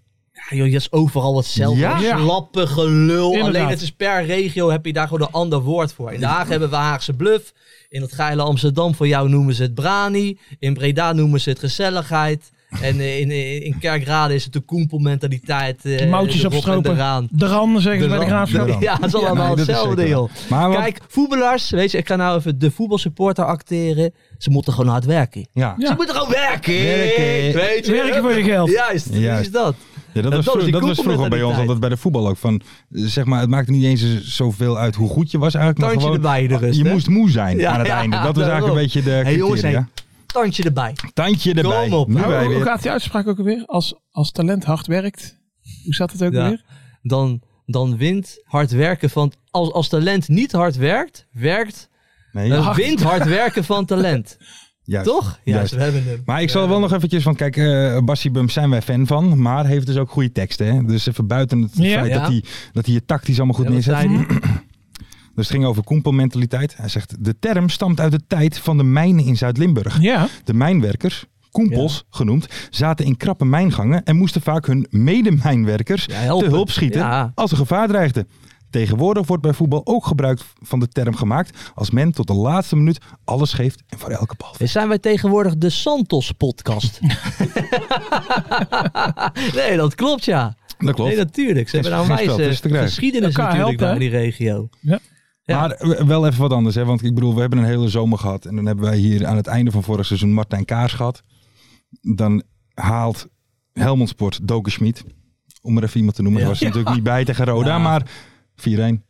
Speaker 4: Ja, joh, dat is overal hetzelfde.
Speaker 5: Ja.
Speaker 4: Slappe gelul.
Speaker 6: Inderdaad.
Speaker 4: Alleen het is per regio heb je daar gewoon een ander woord voor. In Den Haag hebben we Haagse Bluff. In het geile Amsterdam voor jou noemen ze het brani. In Breda noemen ze het gezelligheid. En eh, in, in, in Kerkrade is het de koempelmentaliteit. eh,
Speaker 6: Moutjes
Speaker 4: de rok en
Speaker 6: opstropen.
Speaker 4: De raan.
Speaker 6: De ran, zeggen ze
Speaker 5: De
Speaker 6: bij
Speaker 5: Ran,
Speaker 6: de graafschap.
Speaker 5: de Ran.
Speaker 6: Ja.
Speaker 4: Ja, het is allemaal
Speaker 5: Nee, dat is
Speaker 4: hetzelfde,
Speaker 5: zeker waar.
Speaker 4: joh.
Speaker 5: Maar wat-
Speaker 4: Kijk, voetballers, weet je, ik ga nou even de voetbalsupporter acteren. Ze moeten gewoon hard werken.
Speaker 5: ja,
Speaker 6: Ja.
Speaker 4: Ze moeten gewoon werken.
Speaker 5: Werken.
Speaker 4: Weet je.
Speaker 6: Werken voor je geld.
Speaker 4: Juist,
Speaker 5: Juist.
Speaker 4: is dat.
Speaker 5: Ja, dat,
Speaker 4: Dat
Speaker 5: was,
Speaker 4: is
Speaker 5: vroeg-
Speaker 4: die
Speaker 5: dat was vroeger bij ons
Speaker 4: koempelmentaliteit.
Speaker 5: altijd bij de voetbal ook. Van, eh, zeg maar, het maakte niet eens zoveel uit hoe goed je was eigenlijk. Maar
Speaker 4: Tandje
Speaker 5: gewoon, Ah,
Speaker 4: erbij in de rust,
Speaker 5: je
Speaker 4: hè?
Speaker 5: moest moe zijn
Speaker 4: Ja,
Speaker 5: aan het
Speaker 4: ja,
Speaker 5: einde. Dat was eigenlijk
Speaker 4: daarom.
Speaker 5: een beetje de
Speaker 4: Hey, jongens,
Speaker 5: criteria.
Speaker 4: Tandje erbij.
Speaker 5: Tandje erbij.
Speaker 4: Kom op, nou,
Speaker 5: nu
Speaker 4: hou
Speaker 5: wij
Speaker 6: Hoe, hoe
Speaker 5: weer.
Speaker 6: gaat die uitspraak ook alweer? Als, als talent hard werkt. Hoe zat het ook
Speaker 4: Ja.
Speaker 6: weer?
Speaker 4: dan, dan wint hard werken van. Als, als talent niet hard werkt, werkt
Speaker 5: Nee,
Speaker 4: eh, wint hard werken van talent.
Speaker 5: juist.
Speaker 4: Toch?
Speaker 5: Juist.
Speaker 4: we hebben hem.
Speaker 5: Maar ik zal wel nog eventjes, want kijk, eh Bassie Bum zijn wij fan van, maar heeft dus ook goede teksten. Hè? Dus even buiten het
Speaker 6: Ja.
Speaker 5: feit
Speaker 4: Ja.
Speaker 5: Dat, hij, dat hij je tactisch allemaal goed
Speaker 4: Ja, wat zei
Speaker 5: neerzet.
Speaker 4: die?
Speaker 5: Dus het ging over koempelmentaliteit. Hij zegt, de term stamt uit de tijd van de mijnen in Zuid-Limburg.
Speaker 6: Ja.
Speaker 5: De mijnwerkers, koempels genoemd, zaten in krappe mijngangen en moesten vaak hun medemijnwerkers
Speaker 4: Ja, helpen.
Speaker 5: te hulp schieten
Speaker 4: Ja.
Speaker 5: als er gevaar dreigde. Tegenwoordig wordt bij voetbal ook gebruik van de term gemaakt als men tot de laatste minuut alles geeft en voor elke bal.
Speaker 4: Zijn wij tegenwoordig de Santos-podcast? nee, dat klopt ja.
Speaker 5: Dat klopt.
Speaker 4: Nee, natuurlijk. Ze
Speaker 5: Is
Speaker 4: hebben nou
Speaker 5: geen spel,
Speaker 4: wijze
Speaker 5: is te krijgen.
Speaker 4: geschiedenis
Speaker 6: Elkaar
Speaker 4: natuurlijk
Speaker 6: helpen,
Speaker 4: daar in
Speaker 6: hè?
Speaker 4: die regio. Ja.
Speaker 5: Maar w- wel even wat anders, hè? want ik bedoel, we hebben een hele zomer gehad. En dan hebben wij hier aan het einde van vorig seizoen Martijn Kaars gehad. Dan haalt Helmond Sport Doken Schmid. Om er even iemand te noemen.
Speaker 4: Ja.
Speaker 5: Dat was er natuurlijk niet bij tegen Roda,
Speaker 4: Ja.
Speaker 5: maar 4-1.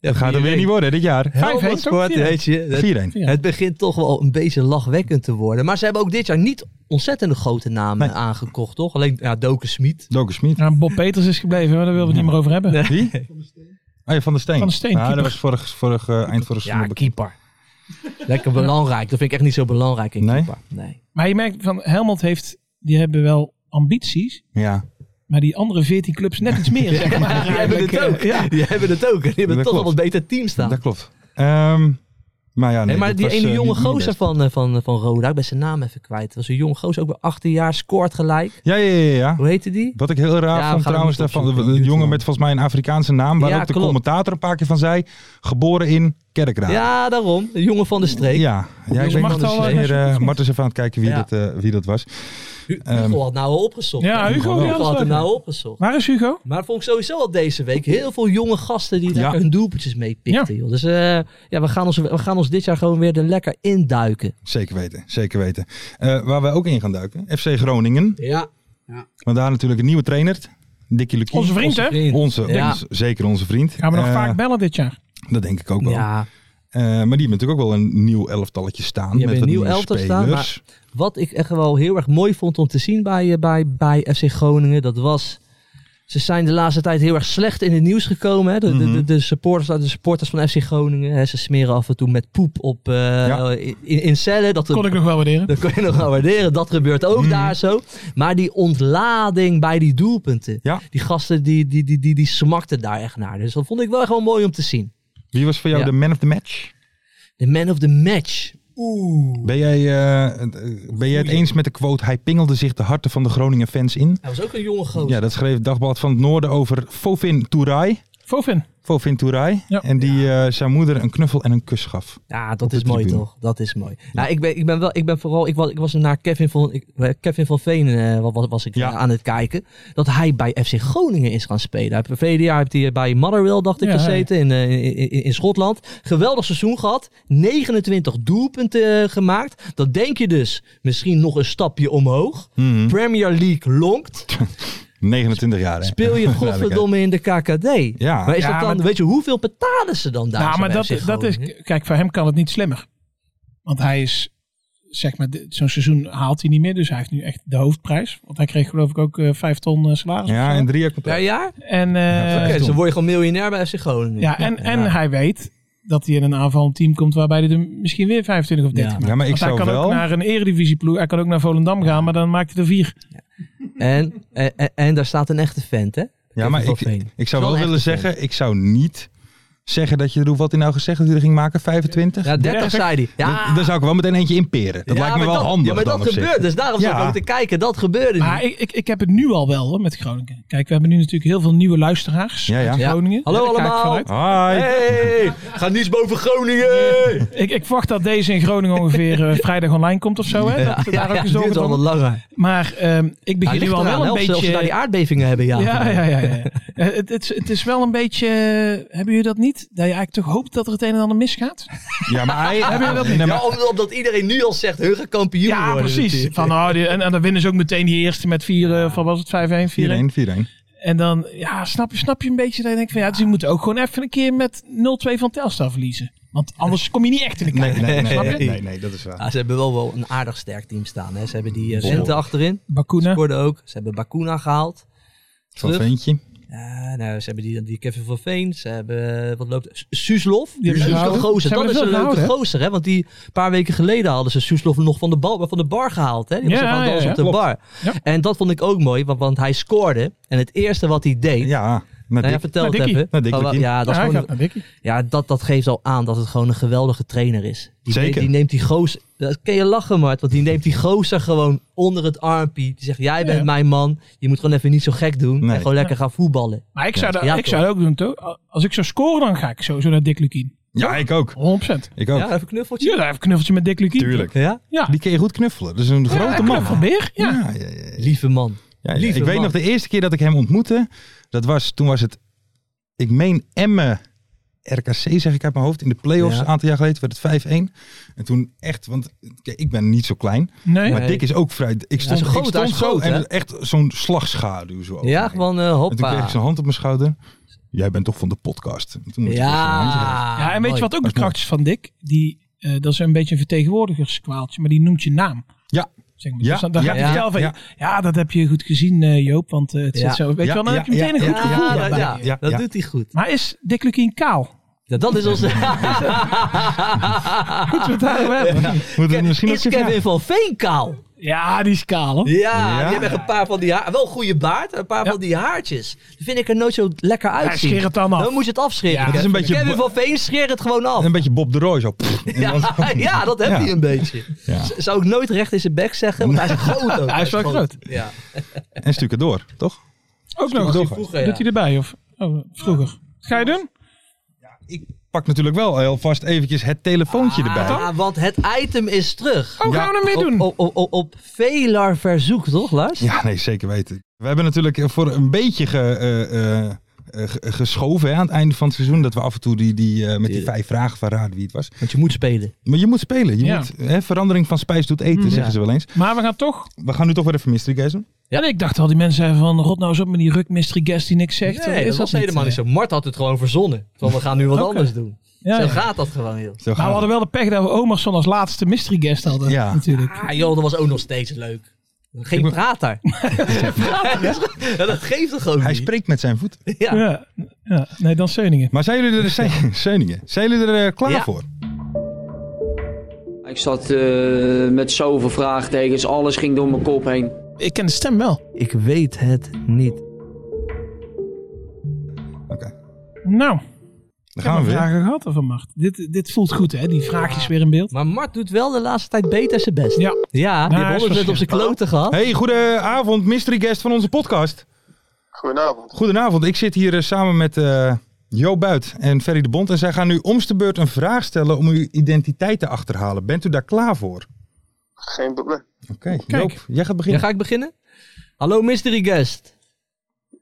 Speaker 5: Dat gaat er weer niet worden dit jaar.
Speaker 6: Vijf heet het ook,
Speaker 4: Oh, Sport,
Speaker 6: vier.
Speaker 4: weet je. Het-
Speaker 5: 4-1.
Speaker 6: Ja.
Speaker 4: Het begint toch wel een beetje lachwekkend te worden. Maar ze hebben ook dit jaar niet ontzettende grote namen aangekocht, toch? Alleen ja, Doken Smit.
Speaker 5: Doken Schmid.
Speaker 6: Ja, Nou, Bob Peters is gebleven, maar daar willen we het niet meer over hebben.
Speaker 4: Nee.
Speaker 5: Wie? Oh ja, Van der Steen.
Speaker 6: Van der Steen,
Speaker 5: Ja, dat
Speaker 6: keeper.
Speaker 5: was vorig, vorig, eh, eind vorig
Speaker 4: Ja,
Speaker 5: seizoen.
Speaker 4: keeper. Lekker belangrijk. Dat vind ik echt niet zo belangrijk in
Speaker 5: Nee?
Speaker 4: keeper. Nee.
Speaker 6: Maar je merkt van Helmond heeft, die hebben wel ambities.
Speaker 5: Ja,
Speaker 6: Maar die andere 14 clubs net iets meer. Zeg maar,
Speaker 4: Die hebben het
Speaker 6: eigenlijk,
Speaker 4: ook.
Speaker 6: eh, ja.
Speaker 4: Die hebben het ook. Die hebben
Speaker 5: Dat
Speaker 4: toch wel
Speaker 5: klopt.
Speaker 4: wat beter team staan.
Speaker 5: dat klopt. Ehm, maar ja, nee,
Speaker 4: Hé, maar
Speaker 5: dat
Speaker 4: die
Speaker 5: was,
Speaker 4: ene
Speaker 5: eh,
Speaker 4: jonge
Speaker 5: niet- niet
Speaker 4: gozer
Speaker 5: best.
Speaker 4: van, eh, van, van Roda, ik ben zijn naam even kwijt. Dat was een jonge gozer, ook bij 18 jaar, scoort gelijk.
Speaker 5: Ja, ja, ja, ja.
Speaker 4: Hoe heette die?
Speaker 5: Wat ik heel raar
Speaker 4: Ja, we
Speaker 5: vond
Speaker 4: gaan
Speaker 5: trouwens
Speaker 4: hem niet
Speaker 5: daarvan,
Speaker 4: opzoeken.
Speaker 5: een jongen met volgens mij een Afrikaanse naam, waar
Speaker 4: Ja,
Speaker 5: ook de
Speaker 4: klopt.
Speaker 5: commentator een paar keer van zei, geboren in Kerkraad.
Speaker 4: Ja, daarom. De jongen van de streek.
Speaker 5: Ja, ja ik
Speaker 6: Dus
Speaker 5: weet
Speaker 6: Martel,
Speaker 5: niet
Speaker 6: eh,
Speaker 5: meer. eh, Marten is even aan het kijken wie,
Speaker 4: Ja.
Speaker 5: dat, eh, wie dat was.
Speaker 4: Hu-
Speaker 5: Ehm.
Speaker 4: Hugo had nou al opgezocht.
Speaker 6: Ja,
Speaker 4: hè?
Speaker 6: Hugo, die had
Speaker 4: had
Speaker 6: het
Speaker 4: hem
Speaker 6: wel.
Speaker 4: nou opgezocht.
Speaker 6: Waar is Hugo?
Speaker 4: Maar dat vond ik sowieso al deze week heel veel jonge gasten die lekker
Speaker 5: Ja.
Speaker 4: hun doelpuntjes mee pikten. Joh. Dus eh, ja, we gaan, ons, we gaan ons dit jaar gewoon weer er lekker induiken.
Speaker 5: Zeker weten, zeker weten. Eh, waar wij ook in gaan duiken, FC Groningen.
Speaker 4: Ja,
Speaker 5: Want daar natuurlijk een nieuwe trainer, Dikkie Lukie.
Speaker 6: Onze vriend, hè?
Speaker 4: vriend.
Speaker 5: Onze,
Speaker 4: Ja.
Speaker 5: ons- zeker onze vriend.
Speaker 6: Gaan we nog
Speaker 5: Eh,
Speaker 6: vaak bellen dit jaar?
Speaker 5: Dat denk ik ook wel.
Speaker 4: ja.
Speaker 5: Eh, maar die hebben natuurlijk ook wel een nieuw elftalletje staan.
Speaker 4: Die
Speaker 5: met
Speaker 4: hebben
Speaker 5: wat
Speaker 4: een nieuw
Speaker 5: nieuwe
Speaker 4: elftal staan,
Speaker 5: spelers.
Speaker 4: Wat ik echt wel heel erg mooi vond om te zien bij, eh, bij, bij FC Groningen, dat was... Ze zijn de laatste tijd heel erg slecht in het nieuws gekomen. Hè? De,
Speaker 5: Mhm.
Speaker 4: de- de, de, supporters, de supporters van FC Groningen. Hè? Ze smeren af en toe met poep op, eh,
Speaker 5: Ja.
Speaker 4: in, in cellen. Dat
Speaker 6: Kon ik nog wel waarderen.
Speaker 4: Dat kun je nog wel waarderen. Dat gebeurt
Speaker 5: Mhm.
Speaker 4: ook daar zo. Maar die ontlading bij die doelpunten.
Speaker 5: Ja.
Speaker 4: Die gasten die, die, die, die, die smakten daar echt naar. Dus dat vond ik wel echt wel mooi om te zien.
Speaker 5: Wie was voor jou
Speaker 4: Ja.
Speaker 5: de man of the match?
Speaker 4: De man of the match. Oeh.
Speaker 5: Ben jij, eh, eh, ben jij het eens met de quote, hij pingelde zich de harten van de Groningen fans in?
Speaker 4: Hij was ook een jonge gozer.
Speaker 5: Ja, dat schreef Dagblad van het Noorden over Fofin Touray.
Speaker 6: Fofin.
Speaker 5: Fofin Touray.
Speaker 6: Ja.
Speaker 5: En die eh, zijn moeder een knuffel en een kus gaf.
Speaker 4: Ja,
Speaker 5: Op
Speaker 4: dat
Speaker 5: de
Speaker 4: is mooi
Speaker 5: tribune.
Speaker 4: toch? Dat is mooi. Nou, ik ben, ik ben wel, ik ben vooral, ik was, ik was naar Kevin van, ik, eh, Kevin van Veen eh, wa- wa- was ik
Speaker 5: Ja.
Speaker 4: eh, aan het kijken. Dat hij bij FC Groningen is gaan spelen. Hij heeft- Vorig jaar heeft hij eh, bij Motherwell, dacht ik,
Speaker 6: Ja,
Speaker 4: gezeten in, eh, in, in- in Schotland. Geweldig seizoen gehad. 29 doelpunten eh, gemaakt.
Speaker 6: Hm.
Speaker 4: Dat denk je dus misschien nog een stapje omhoog. Premier League lonkt.
Speaker 5: 29 Mhm. jaar. hè?
Speaker 4: Speel je godverdomme in de KKD.
Speaker 5: Ja.
Speaker 4: Maar is
Speaker 6: Ja,
Speaker 4: dat dan,
Speaker 6: maar-
Speaker 4: weet je hoeveel betalen ze dan daar?
Speaker 6: Nou,
Speaker 4: zo'n
Speaker 6: maar dat,
Speaker 4: FC
Speaker 6: dat is.
Speaker 4: Groningen?
Speaker 6: Kijk, voor hem kan het niet slimmer. Want hij is. Zeg maar, dit- zo'n seizoen haalt hij niet meer. Dus hij heeft nu echt de hoofdprijs. Want hij kreeg geloof ik ook eh, vijf ton eh, salaris. of
Speaker 5: Ja,
Speaker 6: zo.
Speaker 5: en drie jaar
Speaker 4: Per
Speaker 5: contract.
Speaker 4: jaar?
Speaker 6: en, eh,
Speaker 5: dat
Speaker 4: Oké,
Speaker 5: is
Speaker 6: ja,
Speaker 4: dus
Speaker 5: dom.
Speaker 4: dan word je gewoon miljonair bij FC Groningen.
Speaker 6: en, en hij weet dat hij in een aanvallend team komt waarbij hij er misschien weer 25 of 30
Speaker 4: Ja.
Speaker 6: maakt.
Speaker 5: Ja, maar ik
Speaker 6: Want hij
Speaker 5: zou
Speaker 6: kan
Speaker 5: wel...
Speaker 6: ook naar een eredivisieploeg. Hij kan ook naar Volendam gaan, maar dan maakt hij er vier.
Speaker 4: En, en, en, en daar staat een echte vent, hè?
Speaker 5: Ja, maar ik,
Speaker 4: Overveen.
Speaker 5: ik zou
Speaker 4: Wel
Speaker 5: wel
Speaker 4: echt
Speaker 5: willen
Speaker 4: een fan.
Speaker 5: zeggen, ik zou niet zeggen dat je er wat hij nou gezegd dat hij er ging maken, 25.
Speaker 4: Ja, 30 zei hij. Ja,
Speaker 5: Dan, dan zou ik wel meteen eentje inperen. Dat
Speaker 4: Ja,
Speaker 5: lijkt me
Speaker 4: maar
Speaker 5: wel
Speaker 4: dat-
Speaker 5: handig.
Speaker 4: Ja, maar
Speaker 5: dan
Speaker 4: dat
Speaker 5: op zich.
Speaker 4: gebeurt. Dus daarom zat
Speaker 5: Ja.
Speaker 4: ik ook te kijken. Dat gebeurde
Speaker 6: Maar
Speaker 4: niet.
Speaker 6: ik, ik, ik heb het nu al wel hoor, met Groningen. Kijk, we hebben nu natuurlijk heel veel nieuwe luisteraars
Speaker 5: Ja, ja.
Speaker 6: uit
Speaker 4: Ja.
Speaker 6: Groningen.
Speaker 4: Hallo
Speaker 6: Daar ga ik
Speaker 4: allemaal.
Speaker 6: vanuit.
Speaker 5: Hi.
Speaker 4: Hey, gaat niets boven Groningen!
Speaker 6: Ik, ik verwacht dat deze in Groningen ongeveer eh, vrijdag online komt of zo. Hè? Dat we daar ook
Speaker 4: het
Speaker 6: eens over
Speaker 4: duurt al wat
Speaker 6: doen.
Speaker 4: langer.
Speaker 6: Maar ehm, ik
Speaker 4: Hij
Speaker 6: begin
Speaker 4: ligt
Speaker 6: nu al
Speaker 4: eraan, hè,
Speaker 6: wel een
Speaker 4: of ze- of ze
Speaker 6: beetje...
Speaker 4: daar die aardbevingen hebben, ja.
Speaker 6: ja, ja, ja. ja. ja. Eh, het, het, is- het is wel een beetje... eh, hebben jullie dat niet? Dat je eigenlijk toch hoopt dat er het een en ander misgaat?
Speaker 5: Ja, maar hij...
Speaker 6: Hebben jullie dat niet?
Speaker 5: Nee, maar-
Speaker 4: Ja, om- omdat iedereen nu al zegt, hun gaan kampioen
Speaker 6: Ja,
Speaker 4: worden.
Speaker 6: precies.
Speaker 4: natuurlijk.
Speaker 6: Van, oh, die- en, en dan winnen ze ook meteen die eerste met vier, eh, van was het 5-1, 4-1.
Speaker 5: 4-1, 4-1.
Speaker 6: En dan, ja, snap je, snap je een beetje dat je denkt van, ja, dus je moet ook gewoon even een keer met 0-2 van Telstar verliezen. Want anders kom je niet echt in de kaart.
Speaker 5: Nee, nee, nee,
Speaker 4: Snap je?
Speaker 5: nee, nee, nee, dat is waar.
Speaker 4: Ja, ze hebben wel, wel een aardig sterk team staan. Hè. Ze hebben die eh, Rente achterin.
Speaker 6: Bakuna.
Speaker 4: Scoorde ook. Ze hebben Bakuna gehaald.
Speaker 5: Van
Speaker 4: terug.
Speaker 5: Veentje.
Speaker 4: Ja, nou, ze hebben die, die Kevin van Veen. Ze hebben, eh, wat loopt S- Suslov. Die
Speaker 6: hebben ze
Speaker 4: Suslov
Speaker 6: gehouden.
Speaker 4: gozer.
Speaker 6: Ze
Speaker 4: Dat
Speaker 6: hebben
Speaker 4: is
Speaker 6: er
Speaker 4: een
Speaker 6: veel
Speaker 4: leuke
Speaker 6: gehouden,
Speaker 4: gozer, hè. Want die een paar weken geleden hadden ze Suslov nog van de, bal, van de bar gehaald, hè. Die was
Speaker 6: Ja,
Speaker 4: even aan het dansen
Speaker 6: ja,
Speaker 4: op de bar.
Speaker 6: Ja.
Speaker 4: En dat vond ik ook mooi, want, want hij scoorde. En het eerste wat hij deed...
Speaker 5: Ja, maar
Speaker 4: Nou ja,
Speaker 5: Dick-
Speaker 4: vertel
Speaker 6: Nou,
Speaker 4: het
Speaker 6: Dickie.
Speaker 4: even.
Speaker 5: Nou, Dick
Speaker 4: Oh,
Speaker 5: Lukien.
Speaker 4: ja, dat, is
Speaker 6: Ja, hij
Speaker 4: gewoon,
Speaker 6: gaat naar Dickie.
Speaker 4: ja dat, dat geeft al aan dat het gewoon een geweldige trainer is. Die
Speaker 5: Zeker.
Speaker 4: Neemt, die neemt die gozer... Dat kun je lachen, Mart. Want die neemt die gozer gewoon onder het armpje. Die zegt, jij bent
Speaker 6: Ja.
Speaker 4: mijn man. Je moet gewoon even niet zo gek doen.
Speaker 5: Nee.
Speaker 4: En gewoon lekker gaan voetballen.
Speaker 6: Maar ik zou, dat,
Speaker 4: Ja,
Speaker 6: ik
Speaker 4: toch.
Speaker 6: zou dat ook doen, toch? Als ik zou scoren, dan ga ik sowieso naar Dick Lukien.
Speaker 5: Ja, ik ook.
Speaker 6: 100%.
Speaker 5: Ik
Speaker 4: Ja,
Speaker 5: ook.
Speaker 4: even een knuffeltje.
Speaker 6: Ja, daar even een knuffeltje met Dick Lukien.
Speaker 5: Tuurlijk.
Speaker 4: Ja?
Speaker 6: Ja.
Speaker 5: Die kun je goed knuffelen. Dat is een
Speaker 6: Ja,
Speaker 5: grote man.
Speaker 6: knuffelbeer. Ja.
Speaker 5: Ja, ja, ja, ja.
Speaker 4: Lieve man.
Speaker 5: Ja, ja.
Speaker 4: Lieve
Speaker 5: ik weet
Speaker 4: man.
Speaker 5: nog de eerste keer dat ik hem ontmoette. Dat was, toen was het, ik meen Emmen RKC zeg ik uit mijn hoofd. In de playoffs
Speaker 4: Ja.
Speaker 5: een aantal jaar geleden werd het 5-1. En toen echt, want kijk, ik ben niet zo klein.
Speaker 6: Nee.
Speaker 5: Maar
Speaker 4: Nee.
Speaker 5: Dick is ook vrij, ik
Speaker 4: hij is
Speaker 5: stond, ik
Speaker 4: groot, hij
Speaker 5: stond
Speaker 4: is
Speaker 5: zo
Speaker 4: groot, hè?
Speaker 5: en echt zo'n slagschaduw. Zo over
Speaker 4: Ja,
Speaker 5: mij.
Speaker 4: gewoon eh,
Speaker 5: Oh, En toen kreeg
Speaker 4: hoppa.
Speaker 5: ik zijn hand op mijn schouder. Jij bent toch van de podcast? En toen moest ik dus- even een handje geven.
Speaker 4: Ja.
Speaker 6: ja, en weet je
Speaker 4: mooi.
Speaker 6: wat ook de
Speaker 5: Dat is
Speaker 6: kracht is van Dick? Die, eh, dat is een beetje een vertegenwoordigerskwaaldje, maar die noemt je naam.
Speaker 5: Ja.
Speaker 6: Zeg maar.
Speaker 5: Ja,
Speaker 6: dus dan, dan
Speaker 5: ja,
Speaker 6: gaat hij
Speaker 4: ja,
Speaker 6: zelf van, ja.
Speaker 5: ja.
Speaker 6: dat heb je goed gezien, eh, Joop, want eh, het
Speaker 4: Ja.
Speaker 6: zit zo. Weet
Speaker 5: Ja,
Speaker 6: je wel, dan
Speaker 5: ja,
Speaker 6: heb je meteen een
Speaker 5: ja,
Speaker 6: goed
Speaker 5: ja,
Speaker 6: gevoel
Speaker 4: Ja,
Speaker 6: daarbij.
Speaker 4: dat, ja,
Speaker 5: Ja,
Speaker 4: dat
Speaker 5: ja.
Speaker 4: doet hij goed.
Speaker 6: Maar is Dick Lukien kaal?
Speaker 4: Ja, dat is onze...
Speaker 5: Moeten we het misschien ook
Speaker 4: is
Speaker 5: even
Speaker 4: Kevin van Veen kaal?
Speaker 6: Ja, die is kaal, hoor.
Speaker 4: Ja,
Speaker 5: Ja.
Speaker 4: die hebben echt een paar van die haar, Wel een goede baard, een paar
Speaker 6: Ja.
Speaker 4: van die haartjes. Die vind ik er nooit zo lekker uitzien.
Speaker 6: scheer het dan af.
Speaker 4: moet je het afscheren.
Speaker 6: Ja, het
Speaker 5: is een beetje-
Speaker 4: Kevin van Veen, scheer het gewoon af.
Speaker 5: Een beetje Bob de Roy zo. Pff, en dan-
Speaker 4: Ja, ja, dat heb
Speaker 5: Ja.
Speaker 4: hij een beetje.
Speaker 5: Ja.
Speaker 4: Z- Zou ik nooit recht in zijn bek zeggen, want hij is groot ook.
Speaker 6: Hij is wel groot.
Speaker 4: Ja.
Speaker 5: En stukken door, toch?
Speaker 6: Ook
Speaker 4: Nou,
Speaker 6: nog.
Speaker 5: Vroeger.
Speaker 6: Doet
Speaker 4: Vroeger, ja.
Speaker 6: hij erbij, of? Oh, vroeger. Ga je doen?
Speaker 5: Ik pak natuurlijk wel heel vast eventjes het telefoontje erbij.
Speaker 4: Ah, want het item is terug.
Speaker 6: Oh,
Speaker 5: Ja.
Speaker 6: gaan we ermee doen?
Speaker 4: Op, op, op, op veler verzoek, toch Lars?
Speaker 5: Ja, nee, zeker weten. We hebben natuurlijk voor een beetje ge, eh, eh, eh, ge- geschoven hè, aan het einde van het seizoen. Dat we af en toe die, die, eh, met die
Speaker 4: Tuurlijk.
Speaker 5: vijf vragen van raad wie het was.
Speaker 4: Want je moet spelen.
Speaker 5: Maar je moet spelen. Je
Speaker 6: Ja.
Speaker 5: moet, hè, verandering van spijs doet eten,
Speaker 6: Mm.
Speaker 5: zeggen
Speaker 4: Ja.
Speaker 5: ze wel eens.
Speaker 6: Maar we gaan toch.
Speaker 5: We gaan nu toch weer even mystery guys doen.
Speaker 6: Ja, nee, ik dacht al, die mensen zeiden van rot nou eens op met die ruk mystery guest die niks zegt.
Speaker 4: nee, dat was helemaal niet zo. Mart had het gewoon verzonnen. Van, we gaan nu wat
Speaker 6: Oké.
Speaker 4: anders doen.
Speaker 6: Ja,
Speaker 4: zo
Speaker 6: ja.
Speaker 4: gaat dat gewoon, joh.
Speaker 5: Zo
Speaker 6: Maar
Speaker 5: gaan
Speaker 6: we hadden wel de pech dat we Omerson als laatste mystery guest hadden.
Speaker 5: Ja.
Speaker 6: Natuurlijk.
Speaker 4: Ah joh, dat was ook nog steeds leuk. Geen prater. ja, dat geeft toch ook
Speaker 5: Hij
Speaker 4: niet?
Speaker 5: spreekt met zijn voet.
Speaker 4: Ja.
Speaker 6: Ja. ja. Nee, dan Zeuningen.
Speaker 5: Maar zijn jullie er, zijn, Zeuningen, zijn jullie er eh, klaar
Speaker 4: Ja.
Speaker 5: voor?
Speaker 7: Ik zat eh, met zoveel vraagtekens, alles ging door mijn kop heen.
Speaker 6: Ik ken de stem wel.
Speaker 4: Ik weet het niet.
Speaker 5: Oké, dan
Speaker 6: Nou, ik heb
Speaker 5: gaan
Speaker 6: mijn
Speaker 5: we weer.
Speaker 6: vragen gehad over Mart. Dit, dit voelt goed, hè? Die vraagjes weer in beeld.
Speaker 4: Maar Mart doet wel de laatste tijd beter zijn best.
Speaker 6: Ja.
Speaker 4: Ja, die
Speaker 6: Nou, hij is
Speaker 4: heeft 100% op zijn kloten gehad.
Speaker 5: Hey, goedenavond, mystery guest van onze podcast.
Speaker 8: Goedenavond.
Speaker 5: Goedenavond, ik zit hier eh, samen met eh Jo Buit en Ferry de Bond. En zij gaan nu omste beurt een vraag stellen om uw identiteit te achterhalen. Bent u daar klaar voor?
Speaker 8: Geen probleem.
Speaker 5: Oké,
Speaker 6: Kijk.
Speaker 5: Joop, jij gaat
Speaker 4: Ja,
Speaker 5: beginnen.
Speaker 4: ga ik beginnen? Hallo mystery guest.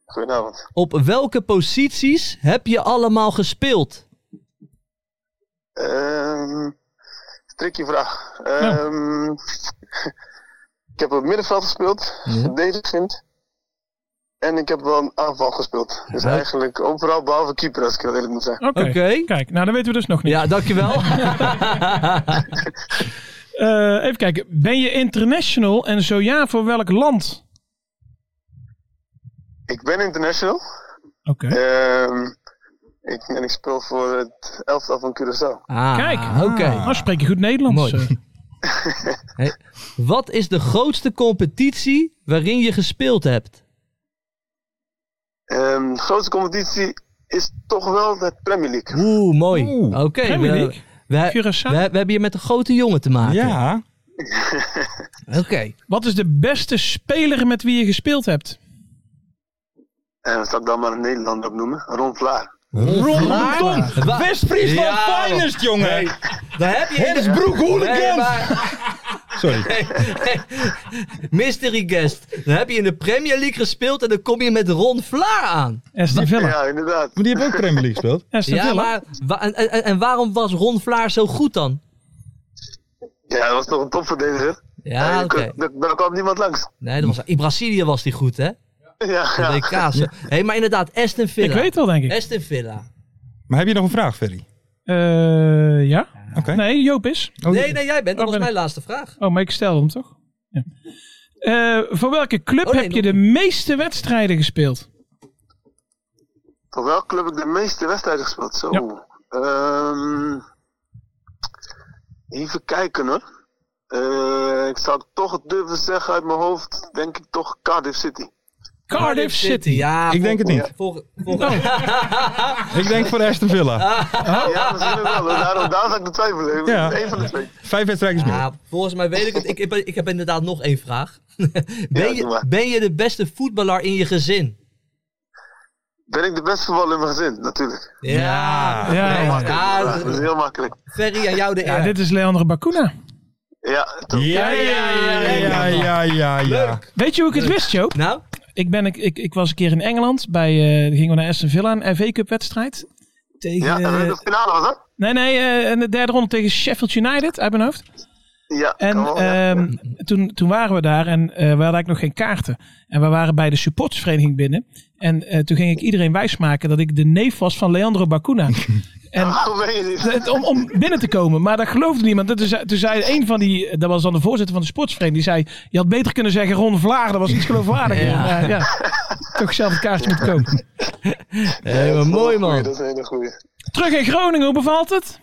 Speaker 8: Goedenavond.
Speaker 4: Op welke posities heb je allemaal gespeeld?
Speaker 8: Ehm tricky vraag. Ehm, ik heb op het middenveld gespeeld, verdedigend. En ik heb wel een aanval gespeeld. Dus
Speaker 4: Ja.
Speaker 8: eigenlijk overal behalve keeper, als ik heel eerlijk moet zijn.
Speaker 6: Oké.
Speaker 4: Oké.
Speaker 6: Kijk, nou, dat weten we dus nog niet.
Speaker 4: Ja, dankjewel.
Speaker 6: Eh, even kijken. Ben je international en zo ja, voor welk land?
Speaker 8: Ik ben international.
Speaker 6: Oké.
Speaker 8: Ehm, ik, en ik speel voor het elftal van Curaçao.
Speaker 4: Ah,
Speaker 6: Kijk.
Speaker 4: Oké.
Speaker 6: Nou, spreek je goed Nederlands.
Speaker 4: Mooi.
Speaker 6: eh.
Speaker 4: Hey, wat is de grootste competitie waarin je gespeeld hebt?
Speaker 8: Ehm, de grootste competitie is toch wel de Premier League.
Speaker 4: Oeh, mooi. Oké.
Speaker 6: Premier
Speaker 4: we-
Speaker 6: League?
Speaker 4: We, we,
Speaker 6: Curaçao?
Speaker 4: we hebben hier met een grote jongen te maken.
Speaker 5: Ja,
Speaker 4: Oké.
Speaker 6: Wat is de beste speler met wie je gespeeld hebt?
Speaker 8: En dat zou Eh, ik dan maar een Nederlander opnoemen. Ron Vlaar.
Speaker 5: rondom
Speaker 4: Wa-
Speaker 5: West-Friesland
Speaker 4: Ja,
Speaker 5: finest, jongen.
Speaker 4: Hey, daar heb je
Speaker 5: Hennebroek hooligans.
Speaker 4: Nee, maar-
Speaker 5: Sorry.
Speaker 4: mystery guest. Dan heb je in de Premier League gespeeld en dan kom je met Ron Vlaar aan.
Speaker 6: Aston Villa.
Speaker 8: Ja, inderdaad.
Speaker 5: Maar die heeft ook Premier League gespeeld.
Speaker 6: Aston
Speaker 4: Ja,
Speaker 6: Villa.
Speaker 4: maar wa- en, en, en waarom was Ron Vlaar zo goed dan?
Speaker 8: Ja, dat was toch een topverdediger.
Speaker 4: Ja,
Speaker 8: En
Speaker 4: Ah, oké.
Speaker 8: daar- Daar kwam niemand langs.
Speaker 4: Nee, dat was, in Brazilië was die goed, hè?
Speaker 8: Ja,
Speaker 4: De
Speaker 8: ja.
Speaker 4: WK's. hey, maar inderdaad, Aston Villa. Eh.
Speaker 6: Ik weet wel, denk ik.
Speaker 4: Aston Villa.
Speaker 5: Maar heb je nog een vraag, Ferry?
Speaker 6: Eh, ja?
Speaker 5: Oké.
Speaker 6: Nee, Joop is.
Speaker 5: Oh,
Speaker 4: Nee, nee, jij bent
Speaker 6: Oh,
Speaker 4: volgens
Speaker 6: ben
Speaker 4: mijn laatste vraag.
Speaker 6: Oh, maar ik stel hem toch? Ja. Eh, voor welke club
Speaker 4: Oh, nee,
Speaker 6: heb je
Speaker 4: nog
Speaker 6: de meeste wedstrijden gespeeld?
Speaker 8: Voor welke club heb ik de meeste wedstrijden gespeeld? Zo.
Speaker 6: Ja.
Speaker 8: Ehm, even kijken hoor. Eh, ik zou toch durven zeggen uit mijn hoofd, denk ik toch Cardiff City.
Speaker 6: Cardiff City.
Speaker 4: Ja,
Speaker 5: Ik denk het niet.
Speaker 4: Volgens volgens-
Speaker 5: Ik denk voor Aston Villa.
Speaker 8: Ja, misschien wel. hoor. Daarom, daarom zou ik de twijfelen.
Speaker 5: Ja.
Speaker 8: Eén van de twee.
Speaker 5: Vijf wedstrijdjes meer.
Speaker 4: Ja, volgens mij weet ik het. Ik, ik, ben- ik heb inderdaad nog één vraag. ben,
Speaker 8: doe
Speaker 4: je,
Speaker 8: maar.
Speaker 4: ben je de beste voetballer in je gezin?
Speaker 8: Ben ik de beste voetballer in mijn gezin? Natuurlijk.
Speaker 4: Ja. Ja, Ah,
Speaker 6: ja, ja.
Speaker 8: Ja, dat is heel makkelijk.
Speaker 4: Ferry, aan jou de
Speaker 6: Ja,
Speaker 4: eer.
Speaker 6: dit is Leandro Bacuna.
Speaker 8: Ja, toch.
Speaker 5: Ja, ja, ja, ja, ja, ja, ja.
Speaker 6: Weet je hoe ik het wist, Joop?
Speaker 4: Nou,
Speaker 6: Ik, ben, ik, ik, ik was een keer in Engeland. Bij, eh, gingen we naar Aston Villa, een FA Cup wedstrijd. Tegen,
Speaker 8: Ja, en de finale was dat?
Speaker 6: nee, nee, eh, in de derde ronde tegen Sheffield United uit mijn hoofd.
Speaker 8: Ja,
Speaker 6: En
Speaker 8: kan wel, ja.
Speaker 6: ehm, toen, toen waren we daar en eh, we hadden eigenlijk nog geen kaarten. En we waren bij de supportersvereniging binnen. En eh, toen ging ik iedereen wijsmaken dat ik de neef was van Leandro Bacuna. en
Speaker 8: Oh, meen je niet?
Speaker 6: het- om, om binnen te komen. Maar dat geloofde niemand. En Toen zei, toen zei een van die, dat was dan de voorzitter van de sportsvereniging, die zei, je had beter kunnen zeggen Ron Vlaar, dat was iets geloofwaardiger.
Speaker 4: Ja.
Speaker 6: Maar ja, toch zelf een kaartje moeten kopen.
Speaker 4: hé,
Speaker 8: Ja,
Speaker 4: wat
Speaker 8: dat is wel
Speaker 4: mooi
Speaker 8: een goeie,
Speaker 4: man.
Speaker 8: Dat is een hele goeie.
Speaker 6: Terug in Groningen, hoe bevalt het?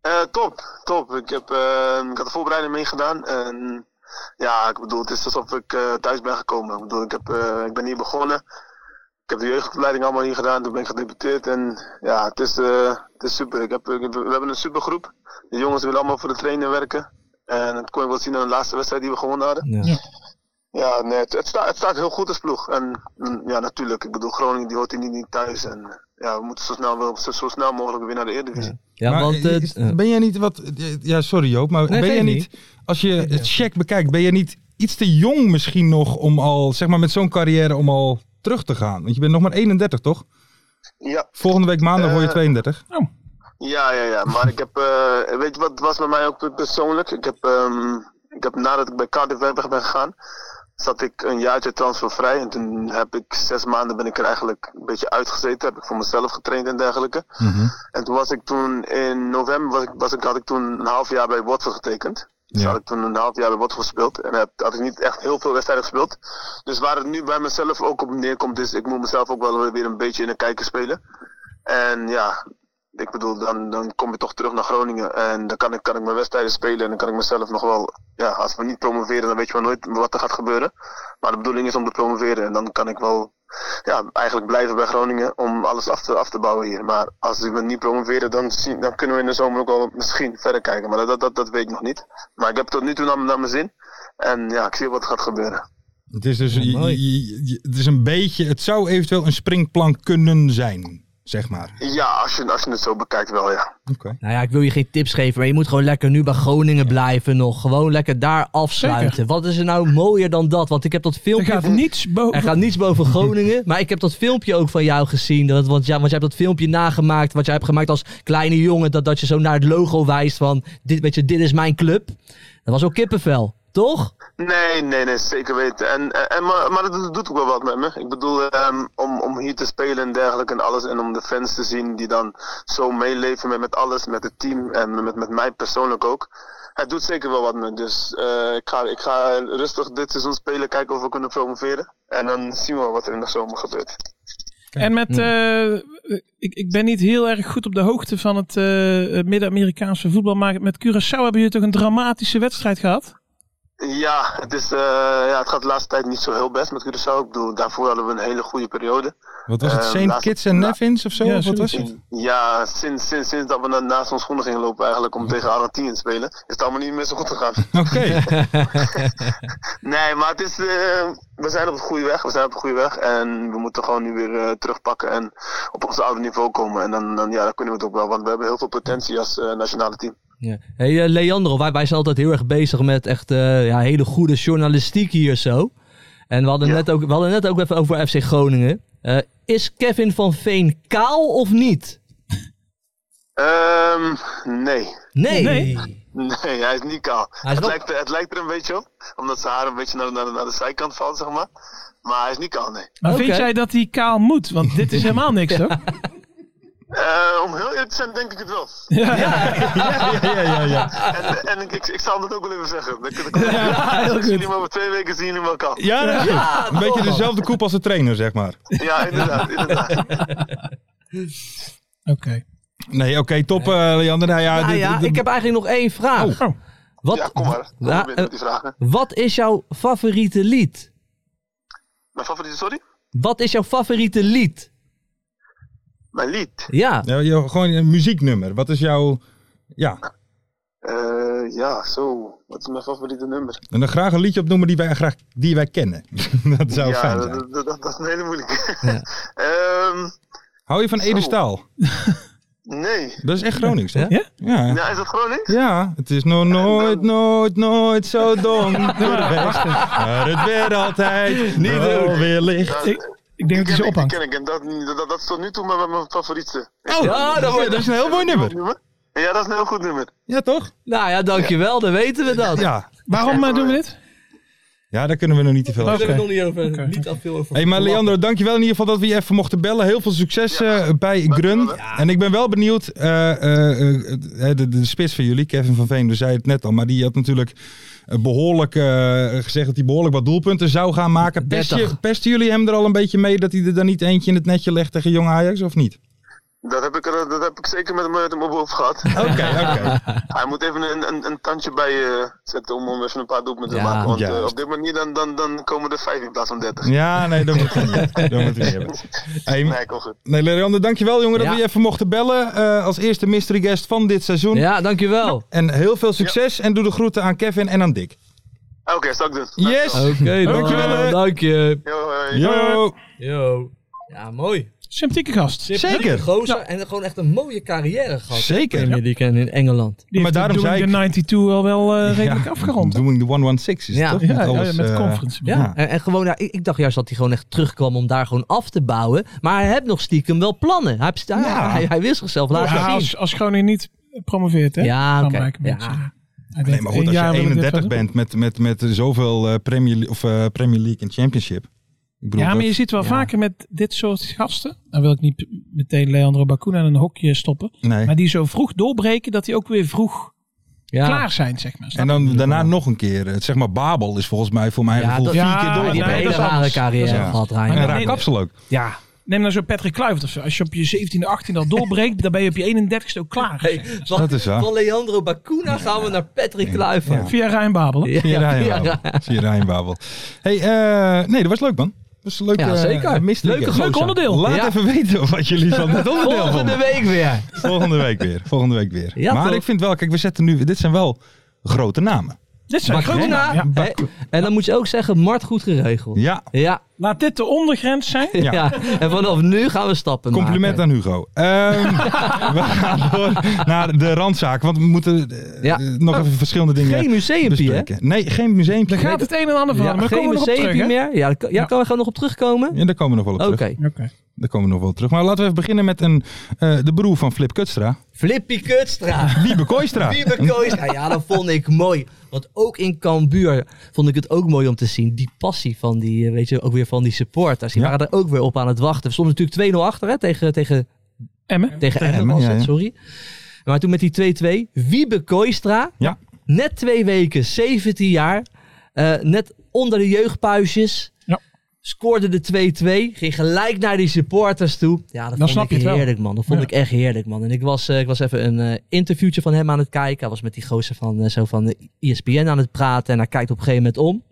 Speaker 8: Eh, top, top. Ik, heb, eh, ik had de voorbereiding meegedaan. En ja, ik bedoel, het is alsof ik eh, thuis ben gekomen. Ik bedoel, ik, heb, eh, ik ben hier begonnen. Ik heb de jeugdopleiding allemaal hier gedaan. Toen ben ik gedeputeerd. En ja, het is, eh, het is super. Ik heb, ik heb- we hebben een supergroep. De jongens willen allemaal voor de trainer werken. En dat kon je wel zien aan de laatste wedstrijd die we gewonnen hadden.
Speaker 4: Ja.
Speaker 8: Ja, nee, het, het, sta- het staat heel goed als ploeg. En mm, ja, natuurlijk. Ik bedoel, Groningen die hoort hier niet, niet thuis. En ja, we moeten zo snel, wel- zo, zo snel mogelijk weer naar de Eredivisie.
Speaker 4: Ja,
Speaker 5: maar
Speaker 4: want... eh,
Speaker 5: is-
Speaker 4: eh,
Speaker 5: ben jij niet wat... Ja, sorry Joop, maar
Speaker 4: Nee,
Speaker 5: ben jij
Speaker 4: geeft
Speaker 5: niet, Als je het check bekijkt, ben je niet iets te jong misschien nog om al... Zeg maar met zo'n carrière om al terug te gaan? Want je bent nog maar 31, toch?
Speaker 8: Ja,
Speaker 5: Volgende week maandag word je
Speaker 8: Eh,
Speaker 5: 32.
Speaker 8: Ja, ja, ja. Maar ik heb, eh, weet je wat het was bij mij ook persoonlijk? Ik heb, ehm, ik heb nadat ik bij Cardiff weg ben gegaan, zat ik een jaartje transfervrij. En toen heb ik zes maanden ben ik er eigenlijk een beetje uitgezeten. Heb ik voor mezelf getraind en dergelijke. En toen was ik toen in november, was ik, was ik, had ik toen een half jaar bij Watford getekend. Dus
Speaker 5: Ja.
Speaker 8: had ik toen een half jaar bij Watford gespeeld. En heb, had ik niet echt heel veel wedstrijden gespeeld. Dus waar het nu bij mezelf ook op neerkomt is, ik moet mezelf ook wel weer een beetje in de kijker spelen. En ja, ik bedoel, dan, dan kom je toch terug naar Groningen. En dan kan ik, kan ik mijn wedstrijden spelen. En dan kan ik mezelf nog wel. Ja, als we niet promoveren, dan weet je maar nooit wat er gaat gebeuren. Maar de bedoeling is om te promoveren. En dan kan ik wel. Ja, eigenlijk blijven bij Groningen om alles af te, af te bouwen hier. Maar als we niet promoveren, dan, zien, dan kunnen we in de zomer ook wel misschien verder kijken. Maar dat, dat, dat weet ik nog niet. Maar ik heb tot nu toe naar, naar mijn zin. En ja, ik zie wat er gaat gebeuren.
Speaker 5: Het is dus... je-
Speaker 4: mooi.
Speaker 5: je- je- het is een beetje... Het zou eventueel een springplank kunnen zijn, zeg maar.
Speaker 8: Ja, als je, als je het zo bekijkt, wel ja.
Speaker 5: Oké.
Speaker 4: nou ja, ik wil je geen tips geven, maar je moet gewoon lekker nu bij Groningen blijven nog. Gewoon lekker daar afsluiten. Wat is er nou mooier dan dat? Want ik heb dat
Speaker 6: Er
Speaker 4: filmpje...
Speaker 6: gaat niets boven.
Speaker 4: Er gaat niets boven Groningen. Maar ik heb dat filmpje ook van jou gezien. Dat, want, ja, want jij hebt dat filmpje nagemaakt. Wat jij hebt gemaakt als kleine jongen. Dat, dat je zo naar het logo wijst van... Dit, weet je, dit is mijn club. Dat was ook kippenvel. toch?
Speaker 8: Nee, nee, nee, zeker weten. En, eh, en, en maar, maar dat doet- doet ook wel wat met me. Ik bedoel, ehm, om, om hier te spelen en dergelijke en alles. En om de fans te zien die dan zo meeleven met, met alles, met het team en met, met mij persoonlijk ook. Het doet zeker wel wat met me. Dus eh, ik, ga, ik ga rustig dit seizoen spelen, kijken of we kunnen promoveren. En dan zien we wel wat er in de zomer gebeurt.
Speaker 6: En met, eh, ik, ik ben niet heel erg goed op de hoogte van het eh, Midden-Amerikaanse voetbal, maar met Curaçao hebben jullie toch een dramatische wedstrijd gehad?
Speaker 8: Ja, het, is, eh, ja, het gaat de laatste tijd niet zo heel best met Curaçao. Ik bedoel, daarvoor hadden we een hele goede periode.
Speaker 5: Wat was het?
Speaker 8: Eh,
Speaker 5: Saint
Speaker 8: laatst-
Speaker 5: Kitts en
Speaker 8: la-
Speaker 5: Nevins of zo?
Speaker 6: Ja,
Speaker 5: Of wat was
Speaker 6: zoiets.
Speaker 5: het?
Speaker 8: Ja, sinds, sinds, sinds dat we na- naast ons schoenen gingen lopen eigenlijk om tegen Argentinië te spelen, is het allemaal niet meer zo goed gegaan.
Speaker 5: Oké.
Speaker 8: Nee, maar het is, eh, we zijn op de goede weg, we zijn op de goede weg en we moeten gewoon nu weer eh, terugpakken en op ons oude niveau komen. En dan, dan, ja, dan kunnen we het ook wel, want we hebben heel veel potentie als eh, nationale team.
Speaker 4: Ja. Hey, eh, Leandro, wij, wij zijn altijd heel erg bezig met echt eh, ja, hele goede journalistiek hier zo. En we hadden,
Speaker 8: Ja.
Speaker 4: net, ook, we hadden net ook even over FC Groningen. Eh, is Kevin van Veen kaal of niet?
Speaker 8: Ehm, nee. Ah,
Speaker 4: Nee. Ah,
Speaker 6: Nee.
Speaker 8: Nee, hij is niet kaal.
Speaker 4: is
Speaker 8: het,
Speaker 4: wel-
Speaker 8: lijkt, er- het lijkt er een beetje op, omdat zijn haar een beetje naar, naar, naar de zijkant valt, zeg maar. Maar hij is niet kaal, nee.
Speaker 6: Maar
Speaker 4: Oké.
Speaker 6: vind jij dat die kaal moet? Want dit is helemaal niks, hoor.
Speaker 8: Eh, om heel eerlijk te zijn, denk ik het wel.
Speaker 5: ja, ja, ja.
Speaker 8: En, en ik, ik, ik zal dat ook wel even zeggen. Dan kun ik ook-
Speaker 6: heel
Speaker 8: Als
Speaker 6: goed.
Speaker 8: jullie maar over twee weken zien jullie me elkaar.
Speaker 5: Ja, dat is het. Een beetje
Speaker 4: toch?
Speaker 5: dezelfde koep als de trainer, zeg maar.
Speaker 8: Ja, inderdaad, inderdaad.
Speaker 6: Oké.
Speaker 5: Nee, oké, top, eh, Leander. Nou ja,
Speaker 4: Nou
Speaker 5: dit-
Speaker 4: ja,
Speaker 5: dit-
Speaker 4: ik heb eigenlijk nog één vraag.
Speaker 6: Oh.
Speaker 4: Wat,
Speaker 8: Ja, kom maar. Kom
Speaker 4: Ja, eh,
Speaker 8: maar binnen met die vragen.
Speaker 4: wat is jouw favoriete lied?
Speaker 8: Mijn favoriete, sorry?
Speaker 4: Wat is jouw favoriete lied?
Speaker 8: Mijn lied.
Speaker 4: Ja.
Speaker 5: Ja, joh, gewoon een muzieknummer. Wat is jouw... Ja,
Speaker 8: Eh, ja, zo. Wat is mijn favoriete nummer?
Speaker 5: en dan graag een liedje opnoemen die wij, graag, die wij kennen. dat zou
Speaker 8: ja,
Speaker 5: fijn
Speaker 8: dat,
Speaker 5: zijn.
Speaker 8: dat, dat- dat is een hele moeilijke. Ehm,
Speaker 5: Hou je van Ede
Speaker 8: Zo.
Speaker 5: Staal?
Speaker 8: nee.
Speaker 5: Dat is echt Gronings, hè?
Speaker 6: Ja?
Speaker 5: Ja.
Speaker 8: Ja, is dat Gronings?
Speaker 5: Ja, het is nog nooit, nooit, nooit zo dom. Door de weg. Maar het werd altijd niet weer licht.
Speaker 8: Ja,
Speaker 6: Ik, ik denk dat hij
Speaker 8: ken
Speaker 6: ze
Speaker 8: ik, die
Speaker 6: ophangt.
Speaker 8: ken ik. En dat, dat, dat is tot nu toe mijn, mijn favoriete.
Speaker 5: Oh,
Speaker 4: Ja, dat wordt-
Speaker 5: dat is een heel mooi nummer.
Speaker 8: Ja, dat is een heel goed nummer.
Speaker 5: Ja, toch?
Speaker 4: Nou ja, dankjewel, dan weten we dat.
Speaker 5: Ja.
Speaker 6: Waarom eh, doen we dit?
Speaker 5: Ja, daar kunnen we nog niet te veel over
Speaker 4: Daar heb ik
Speaker 6: Oké.
Speaker 4: nog niet, over, niet al veel over
Speaker 5: Hey, maar
Speaker 4: verklappen.
Speaker 5: Leandro, dankjewel in ieder geval dat we je even mochten bellen. Heel veel succes eh, bij
Speaker 8: dankjewel,
Speaker 5: Grun.
Speaker 8: hè.
Speaker 5: En ik ben wel benieuwd, eh, eh, eh, de, de spits van jullie, Kevin van Veen, we zei het net al, maar die had natuurlijk eh, behoorlijk eh, gezegd dat hij behoorlijk wat doelpunten zou gaan maken. Pest je-
Speaker 4: 30.
Speaker 5: Pesten jullie hem er al een beetje mee dat hij er dan niet eentje in het netje legt tegen jonge Ajax of niet?
Speaker 8: Dat heb ik, er- dat heb ik zeker met hem, met hem op over gehad.
Speaker 5: Oké, oké.
Speaker 8: Hij moet even een, een, een tandje bij eh, zetten om, om even een paar doelpunten
Speaker 4: Ja,
Speaker 8: te maken. Want eh,
Speaker 5: juist.
Speaker 8: op dit manier dan, dan, dan komen er vijf in plaats van dertig.
Speaker 5: Ja, nee, dat moet hij niet. Dat moet hij niet hebben. Hey,
Speaker 8: Nee, kom goed.
Speaker 5: nee, Leander, dankjewel jongen dat
Speaker 4: Ja.
Speaker 5: we je even mochten bellen. eh, als eerste mystery guest van dit seizoen.
Speaker 4: Ja, dankjewel.
Speaker 5: En heel veel succes en doe de groeten aan Kevin en aan Dick.
Speaker 8: Oké, zal ik doen.
Speaker 5: Yes!
Speaker 4: Oké,
Speaker 5: Dankjewel, hè.
Speaker 4: dankjewel. Dank je.
Speaker 8: Yo, eh,
Speaker 5: Yo!
Speaker 4: Yo. Ja, mooi.
Speaker 6: Sympathieke gast.
Speaker 5: Zeker.
Speaker 4: Gozer
Speaker 6: Nou.
Speaker 4: en gewoon echt een mooie carrière gehad.
Speaker 5: Zeker.
Speaker 4: Premier League en in Engeland.
Speaker 6: Die
Speaker 5: Maar
Speaker 6: maar
Speaker 5: daarom
Speaker 6: daarom
Speaker 5: zei
Speaker 6: de
Speaker 5: ik-
Speaker 6: 92 al wel eh, redelijk afgerond.
Speaker 5: Doing the 116 is
Speaker 4: Ja.
Speaker 5: toch?
Speaker 6: Ja, ja,
Speaker 5: alles,
Speaker 6: met de
Speaker 5: eh,
Speaker 6: conference.
Speaker 4: Ja, En, en gewoon, ja, ik, ik dacht juist dat hij gewoon echt terugkwam om daar gewoon af te bouwen. Maar hij heeft nog stiekem wel plannen. Hij, heeft- hij-
Speaker 5: Ja.
Speaker 4: hij, hij wil zichzelf laten
Speaker 6: Ja,
Speaker 4: zien.
Speaker 6: als, als Groningen niet promoveert, hè?
Speaker 4: Ja,
Speaker 6: Dan
Speaker 4: oké.
Speaker 6: maak ik een
Speaker 4: Ja.
Speaker 6: beetje- Hij
Speaker 5: Nee,
Speaker 6: denkt,
Speaker 5: maar goed,
Speaker 6: één
Speaker 5: als
Speaker 6: jaar
Speaker 5: je
Speaker 6: wil ik dit wel
Speaker 5: 31
Speaker 6: doen.
Speaker 5: bent met, met, met zoveel eh, Premier, Le- of, eh, Premier League en Championship. Ik bedoel,
Speaker 6: Ja, maar
Speaker 5: dat-
Speaker 6: je zit wel
Speaker 4: ja.
Speaker 6: vaker met dit soort gasten. Dan wil ik niet meteen Leandro Bacuna in een hokje stoppen.
Speaker 5: nee.
Speaker 6: Maar die zo vroeg doorbreken dat die ook weer vroeg
Speaker 4: Ja.
Speaker 6: klaar zijn, zeg maar.
Speaker 5: En dan daarna nog een keer. eh, Zeg maar, Babel is volgens mij voor mijn
Speaker 4: Ja,
Speaker 5: gevoel
Speaker 4: dat-
Speaker 5: vier
Speaker 6: Ja,
Speaker 5: keer
Speaker 4: Hij
Speaker 5: door.
Speaker 6: maar
Speaker 4: heeft een
Speaker 6: nee,
Speaker 4: hele
Speaker 6: dat is
Speaker 4: rare
Speaker 6: anders.
Speaker 4: carrière
Speaker 5: Dat is anders.
Speaker 4: gehad,
Speaker 5: En
Speaker 4: Rijn.
Speaker 5: een
Speaker 6: Ja.
Speaker 5: raak
Speaker 6: Nee,
Speaker 5: kapsel ook.
Speaker 4: Ja.
Speaker 6: Neem nou zo Patrick Kluivert of zo. Als je op je 17 18 al doorbreekt, dan ben je op je 31ste ook klaar.
Speaker 4: Hey, van,
Speaker 5: Dat is waar.
Speaker 4: van Leandro Bacuna gaan we naar Patrick Kluivert.
Speaker 6: Via Rijn Babel. hè?
Speaker 4: Ja.
Speaker 5: Zie je Ryan
Speaker 4: Ja.
Speaker 5: Babel. Zie je Ryan Babel. Hey, eh, nee, dat was leuk man. Dat was een leuk,
Speaker 4: Ja,
Speaker 5: eh,
Speaker 4: zeker.
Speaker 5: mystery
Speaker 4: Leuke
Speaker 5: guest.
Speaker 6: Leuk
Speaker 4: gozer.
Speaker 6: onderdeel.
Speaker 5: Laat
Speaker 4: Ja.
Speaker 5: even weten wat jullie van dit onderdeel
Speaker 4: Volgende
Speaker 5: vonden.
Speaker 4: week weer.
Speaker 5: Volgende week weer. Volgende week weer.
Speaker 4: Ja,
Speaker 5: maar
Speaker 4: toch?
Speaker 5: ik vind wel, kijk, we zetten nu, dit zijn wel grote namen.
Speaker 6: Dit zijn grote
Speaker 4: Bacuna.
Speaker 6: namen, ja.
Speaker 4: hè? En dan moet je ook zeggen, Mart goed geregeld.
Speaker 5: Ja,
Speaker 4: Ja,
Speaker 6: Laat dit de ondergrens zijn.
Speaker 4: ja. en vanaf nu gaan we stappen
Speaker 5: Compliment
Speaker 4: maken.
Speaker 5: aan Hugo. Ehm, we gaan door naar de randzaak. Want we moeten eh,
Speaker 4: Ja.
Speaker 5: eh, nog even verschillende dingen
Speaker 4: Geen museumpje, hè?
Speaker 5: bespreken. Nee, geen museumpje.
Speaker 6: Dan gaat het een en ander
Speaker 4: Ja,
Speaker 6: veranderen. maar
Speaker 4: geen
Speaker 6: komen we erop terug,
Speaker 4: museumpje
Speaker 6: hè?
Speaker 4: meer. Ja, daar kan- ja,
Speaker 6: Ja.
Speaker 4: kan we gewoon nog op terugkomen?
Speaker 5: Ja, daar komen we nog wel op
Speaker 4: Oké.
Speaker 5: terug.
Speaker 6: Oké.
Speaker 5: Daar komen we nog wel op terug. Maar laten we even beginnen met een, eh, de broer van Flip Kutstra.
Speaker 4: Flippy Kutstra.
Speaker 5: Wiebe Kooistra.
Speaker 4: Wiebe Kooistra. Ja, dat Nou vond ik mooi. Want ook in Cambuur vond ik het ook mooi om te zien. Die passie van die, eh, weet je, ook weer van die supporters. Die
Speaker 5: Ja.
Speaker 4: waren er ook weer op aan het wachten. We stonden natuurlijk 2-0 achter hè, tegen, tegen
Speaker 6: Emmen.
Speaker 4: tegen
Speaker 5: Emmen,
Speaker 4: Emmen was
Speaker 5: ja,
Speaker 4: het,
Speaker 5: ja.
Speaker 4: sorry. Maar toen met die 2-2, Wiebe Kooistra,
Speaker 5: Ja.
Speaker 4: net twee weken, 17 jaar, eh, net onder de jeugdpuisjes,
Speaker 6: Ja.
Speaker 4: scoorde de 2-2, ging gelijk naar die supporters toe. Ja, dat vond
Speaker 6: snap
Speaker 4: ik
Speaker 6: je het wel.
Speaker 4: heerlijk man, dat vond
Speaker 6: Ja.
Speaker 4: ik echt heerlijk man. En ik was, eh, ik was even een eh, interviewtje van hem aan het kijken, hij was met die gozer van, eh, zo van de ESPN aan het praten en hij kijkt op een gegeven moment om.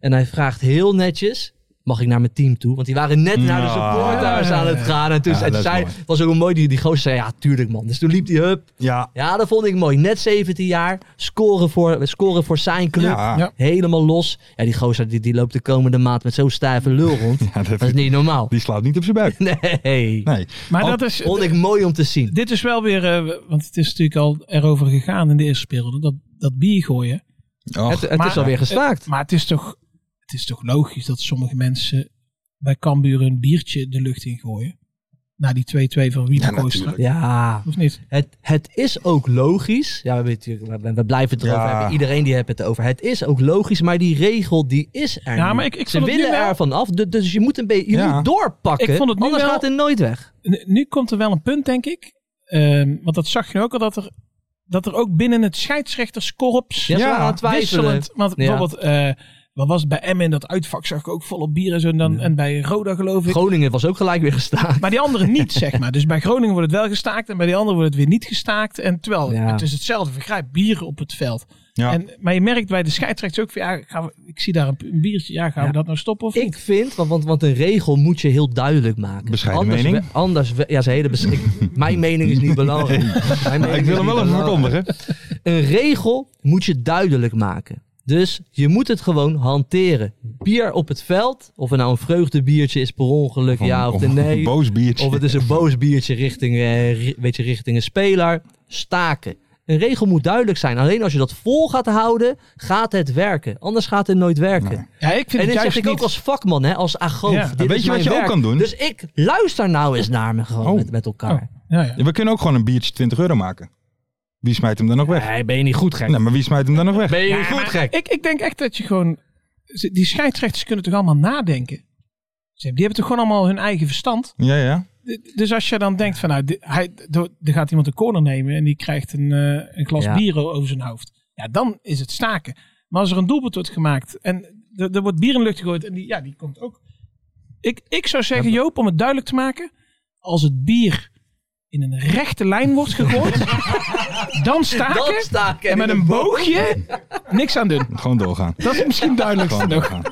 Speaker 4: En hij vraagt heel netjes, mag ik naar mijn team toe? Want die waren net naar de
Speaker 5: Ja.
Speaker 6: Nou.
Speaker 4: supporters aan het gaan. En toen
Speaker 5: Ja,
Speaker 4: en
Speaker 5: dat is
Speaker 4: zei,
Speaker 5: mooi.
Speaker 4: was ook een mooi, die, die gozer zei, ja, tuurlijk man. Dus toen liep die hup.
Speaker 5: Ja.
Speaker 4: Ja, dat vond ik mooi. Net 17 jaar, scoren voor, scoren voor zijn club.
Speaker 5: Ja.
Speaker 6: Ja.
Speaker 4: Helemaal los. Ja, die gozer die, die loopt de komende maand met zo'n stijve lul rond.
Speaker 5: Ja, dat-
Speaker 4: dat is niet normaal.
Speaker 5: Die slaat niet op zijn buik.
Speaker 4: Nee.
Speaker 5: Nee.
Speaker 6: Maar
Speaker 5: Al-
Speaker 6: dat is,
Speaker 4: Vond ik mooi om te zien.
Speaker 6: dit is wel weer, eh, want het is natuurlijk al erover gegaan in de eerste periode, dat, dat bier gooien.
Speaker 5: Och,
Speaker 4: het het
Speaker 6: maar-
Speaker 4: is alweer gestaakt.
Speaker 6: Maar het is toch, het is toch logisch dat sommige mensen bij Cambuur een biertje de lucht in gooien. Na die 2-2 van Wiebe
Speaker 5: Ja,
Speaker 6: Kooistra.
Speaker 5: natuurlijk.
Speaker 4: Ja,
Speaker 6: Of niet?
Speaker 4: het, het is ook logisch. Ja, we, weten natuurlijk- we, we blijven het erover
Speaker 5: Ja.
Speaker 4: hebben. Iedereen die heeft het erover. Het is ook logisch, maar die regel die is er
Speaker 6: Ja,
Speaker 4: nu.
Speaker 6: maar ik- ik
Speaker 4: Ze
Speaker 6: vond het nu
Speaker 4: willen
Speaker 6: wel-
Speaker 4: er van af. Du- Dus je moet een beetje je
Speaker 5: Ja.
Speaker 4: moet doorpakken.
Speaker 6: Ik vond het nu
Speaker 4: anders
Speaker 6: wel-
Speaker 4: gaat het nooit weg.
Speaker 6: Nu- Nu komt er wel een punt, denk ik. Ehm, want dat zag je ook al, dat er, dat er ook binnen het scheidsrechterskorps...
Speaker 4: Ja, ze waren aan het twijfelen.
Speaker 6: wisselend. Want
Speaker 4: Ja.
Speaker 6: bijvoorbeeld, eh, wat was het bij Emmen in dat uitvak, zag ik ook volop bier en zo. En, dan, en bij Roda geloof ik.
Speaker 4: Groningen was ook gelijk weer gestaakt.
Speaker 6: maar die anderen niet, zeg maar. Dus bij Groningen wordt het wel gestaakt en bij die anderen wordt het weer niet gestaakt. En terwijl,
Speaker 4: Ja.
Speaker 6: het is hetzelfde vergrijp, bier op het veld.
Speaker 5: Ja.
Speaker 6: En, maar je merkt bij de scheidsrechters ook van, ja, gaan we, ik zie daar een, een biertje, ja, gaan
Speaker 4: Ja.
Speaker 6: we dat nou stoppen of
Speaker 4: Ik
Speaker 6: niet?
Speaker 4: vind, want, want, want een regel moet je heel duidelijk maken.
Speaker 5: Bescheiden
Speaker 4: anders
Speaker 5: mening.
Speaker 4: we- anders, we- ja, zijn hele bes- ik- mijn mening is niet belangrijk. Mijn mening
Speaker 5: Maar ik
Speaker 4: is
Speaker 5: wil hem
Speaker 4: niet
Speaker 5: wel even
Speaker 4: belangrijk.
Speaker 5: verkondigen.
Speaker 4: Een regel moet je duidelijk maken. Dus je moet het gewoon hanteren. Bier op het veld, of het nou een vreugdebiertje is per ongeluk, ja of, de
Speaker 5: Een
Speaker 4: nee.
Speaker 5: boos biertje.
Speaker 4: Of het is een boos biertje richting, eh, ri- weet je, richting een speler. Staken. Een regel moet duidelijk zijn. Alleen als je dat vol gaat houden, gaat het werken. Anders gaat het nooit werken.
Speaker 6: Ja, ik vind
Speaker 4: En
Speaker 6: het
Speaker 4: dit
Speaker 6: juist
Speaker 4: zeg ik
Speaker 6: niet.
Speaker 4: ook als vakman, hè, als agoof.
Speaker 6: Ja.
Speaker 4: Dit
Speaker 5: Weet
Speaker 4: is
Speaker 5: je wat
Speaker 4: mijn
Speaker 5: je ook
Speaker 4: werk.
Speaker 5: kan doen?
Speaker 4: Dus ik luister nou eens naar me gewoon
Speaker 5: Oh.
Speaker 4: met, met elkaar.
Speaker 6: Ja, ja.
Speaker 5: Ja, We kunnen ook gewoon een biertje 20 euro maken. Wie smijt hem dan nog weg?
Speaker 4: Nee, ben je niet goed gek?
Speaker 5: Nee, maar wie smijt hem dan nog weg?
Speaker 4: Ben je
Speaker 6: Ja,
Speaker 4: niet goed
Speaker 6: maar
Speaker 4: gek?
Speaker 6: Ik, ik denk echt dat je gewoon... ze- Die scheidsrechters kunnen toch allemaal nadenken? Ze- Die hebben toch gewoon allemaal hun eigen verstand?
Speaker 5: Ja, ja.
Speaker 6: D- Dus als je dan denkt van nou, di- hij, do- er gaat iemand een corner nemen en die krijgt een, eh, een glas
Speaker 4: Ja.
Speaker 6: bier o- over zijn hoofd. Ja, dan is het staken. Maar als er een doelpunt wordt gemaakt en er, er wordt bier in de lucht gegooid en die, ja, die komt ook. Ik, ik zou zeggen, Joop, om het duidelijk te maken, als het bier in een rechte lijn wordt gegooid, dan staken.
Speaker 4: Dan sta ik
Speaker 6: en met
Speaker 4: in
Speaker 6: een boogje niks aan doen.
Speaker 5: Gewoon doorgaan.
Speaker 6: Dat is misschien duidelijk
Speaker 5: Gewoon
Speaker 6: nog.
Speaker 5: doorgaan.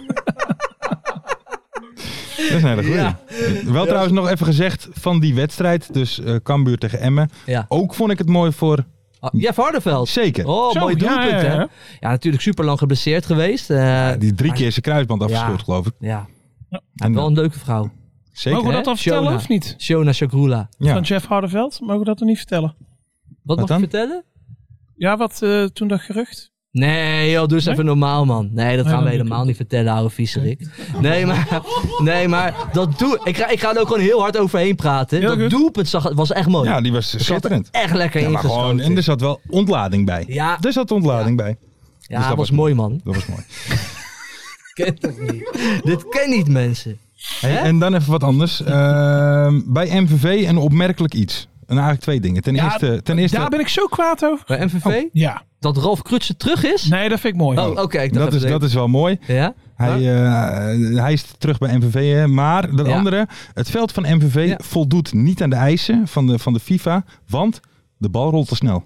Speaker 5: Dat is een hele goeie.
Speaker 4: Ja.
Speaker 5: Wel trouwens nog even gezegd van die wedstrijd. Dus eh Kambuur tegen Emmen.
Speaker 4: Ja.
Speaker 5: Ook vond ik het mooi voor...
Speaker 4: Ah, Jeff Hardeveld.
Speaker 5: Zeker.
Speaker 4: Oh,
Speaker 6: Zo,
Speaker 4: mooi
Speaker 6: ja,
Speaker 4: doelpunt,
Speaker 6: ja,
Speaker 4: hè?
Speaker 6: ja.
Speaker 4: Ja, natuurlijk super lang geblesseerd geweest. eh,
Speaker 5: Die drie keer zijn kruisband afgescheurd,
Speaker 4: Ja.
Speaker 5: geloof ik.
Speaker 4: Ja,
Speaker 5: En
Speaker 4: wel
Speaker 5: dan,
Speaker 4: een leuke vrouw.
Speaker 5: zeker.
Speaker 6: Mogen we
Speaker 5: hè?
Speaker 6: dat al vertellen
Speaker 4: Shona.
Speaker 6: of niet?
Speaker 4: Shona Shakrula.
Speaker 5: Ja.
Speaker 6: Van Jeff Hardenveld? Mogen we dat nog niet vertellen?
Speaker 4: Wat, mag
Speaker 5: dan?
Speaker 4: ik vertellen?
Speaker 6: Ja, wat eh, toen dat gerucht?
Speaker 4: Nee, joh, doe eens even normaal, man. Nee, dat
Speaker 6: Nee,
Speaker 4: gaan we
Speaker 6: dat
Speaker 4: helemaal niet vertellen, ouwe viezerik. Nee, maar, nee, maar dat doe ik. Ga, ik ga er ook gewoon heel hard overheen praten.
Speaker 6: Heel
Speaker 4: dat
Speaker 6: goed.
Speaker 4: doelpunt zag, was echt mooi.
Speaker 5: ja, die was
Speaker 4: Zat er
Speaker 5: schitterend.
Speaker 4: Echt lekker
Speaker 5: Ja, maar gewoon,
Speaker 4: ingeschoten.
Speaker 5: en er zat wel ontlading bij.
Speaker 4: Ja.
Speaker 5: Er zat ontlading
Speaker 4: Ja,
Speaker 5: bij. Dus
Speaker 4: dat
Speaker 5: dat
Speaker 4: was
Speaker 5: was-
Speaker 4: mooi, man.
Speaker 5: Dat was mooi.
Speaker 4: Kent het niet. Dit ken niet mensen.
Speaker 5: Hey,
Speaker 4: Hè?
Speaker 5: en dan even wat anders. Ehm, bij MVV een opmerkelijk iets. En eigenlijk twee dingen. Ten
Speaker 6: Ja,
Speaker 5: eerste, ten eerste
Speaker 6: Daar ben ik zo kwaad over.
Speaker 4: Bij MVV?
Speaker 5: Oh.
Speaker 6: Ja.
Speaker 4: Dat Ralf Krutsen terug is?
Speaker 6: Nee, dat vind ik mooi.
Speaker 4: Oh, oké. ik dacht
Speaker 5: dat, is,
Speaker 4: even-
Speaker 5: dat is wel mooi.
Speaker 4: Ja?
Speaker 5: Hij, eh, hij is terug bij MVV. Hè. Maar dat
Speaker 4: Ja.
Speaker 5: andere, het veld van MVV
Speaker 4: Ja.
Speaker 5: voldoet niet aan de eisen van de, van de FIFA. Want de bal rolt te snel.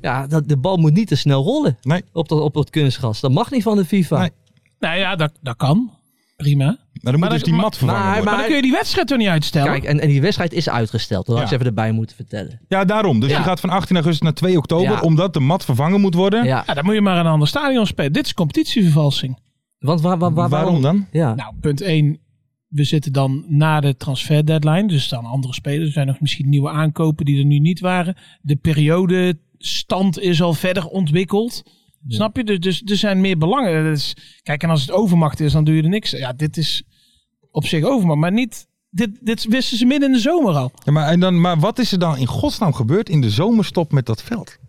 Speaker 4: Ja, dat, de bal moet niet te snel rollen
Speaker 5: Nee.
Speaker 4: op dat, op dat kunstgras. Dat mag niet van de FIFA.
Speaker 5: Nee.
Speaker 6: Nou ja, dat, dat kan. Prima. Maar,
Speaker 5: Maar dan moet
Speaker 6: dat-
Speaker 5: dus die
Speaker 6: maar-
Speaker 5: mat vervangen
Speaker 4: maar-
Speaker 5: worden.
Speaker 6: dan kun je die wedstrijd toch niet uitstellen?
Speaker 4: Kijk, eh. en, en die wedstrijd is uitgesteld. Dat had ik
Speaker 5: Ja.
Speaker 4: ze even erbij moeten vertellen.
Speaker 5: Ja, daarom. Dus
Speaker 4: Ja.
Speaker 5: je gaat van 18 augustus naar 2 oktober.
Speaker 4: Ja.
Speaker 5: Omdat de mat vervangen moet worden.
Speaker 4: Ja.
Speaker 6: Ja, dan moet je maar een ander stadion spelen. Dit is competitievervalsing.
Speaker 4: Want waar, waar, waar-
Speaker 5: Waarom dan?
Speaker 4: Ja.
Speaker 6: Nou, punt 1. We zitten dan na de transfer deadline. Dus dan andere spelers. Er zijn nog misschien nieuwe aankopen die er nu niet waren. De periode stand is al verder ontwikkeld. Snap je? Dus, dus er zijn meer belangen. Dat is- kijk, en als het overmacht is, dan doe je er niks. Ja, dit is op zich overmacht. Maar niet. Dit, dit wisten ze midden in de zomer al.
Speaker 5: Ja, maar, en dan, maar wat is er dan in godsnaam gebeurd in de zomerstop met dat veld?
Speaker 4: Ja,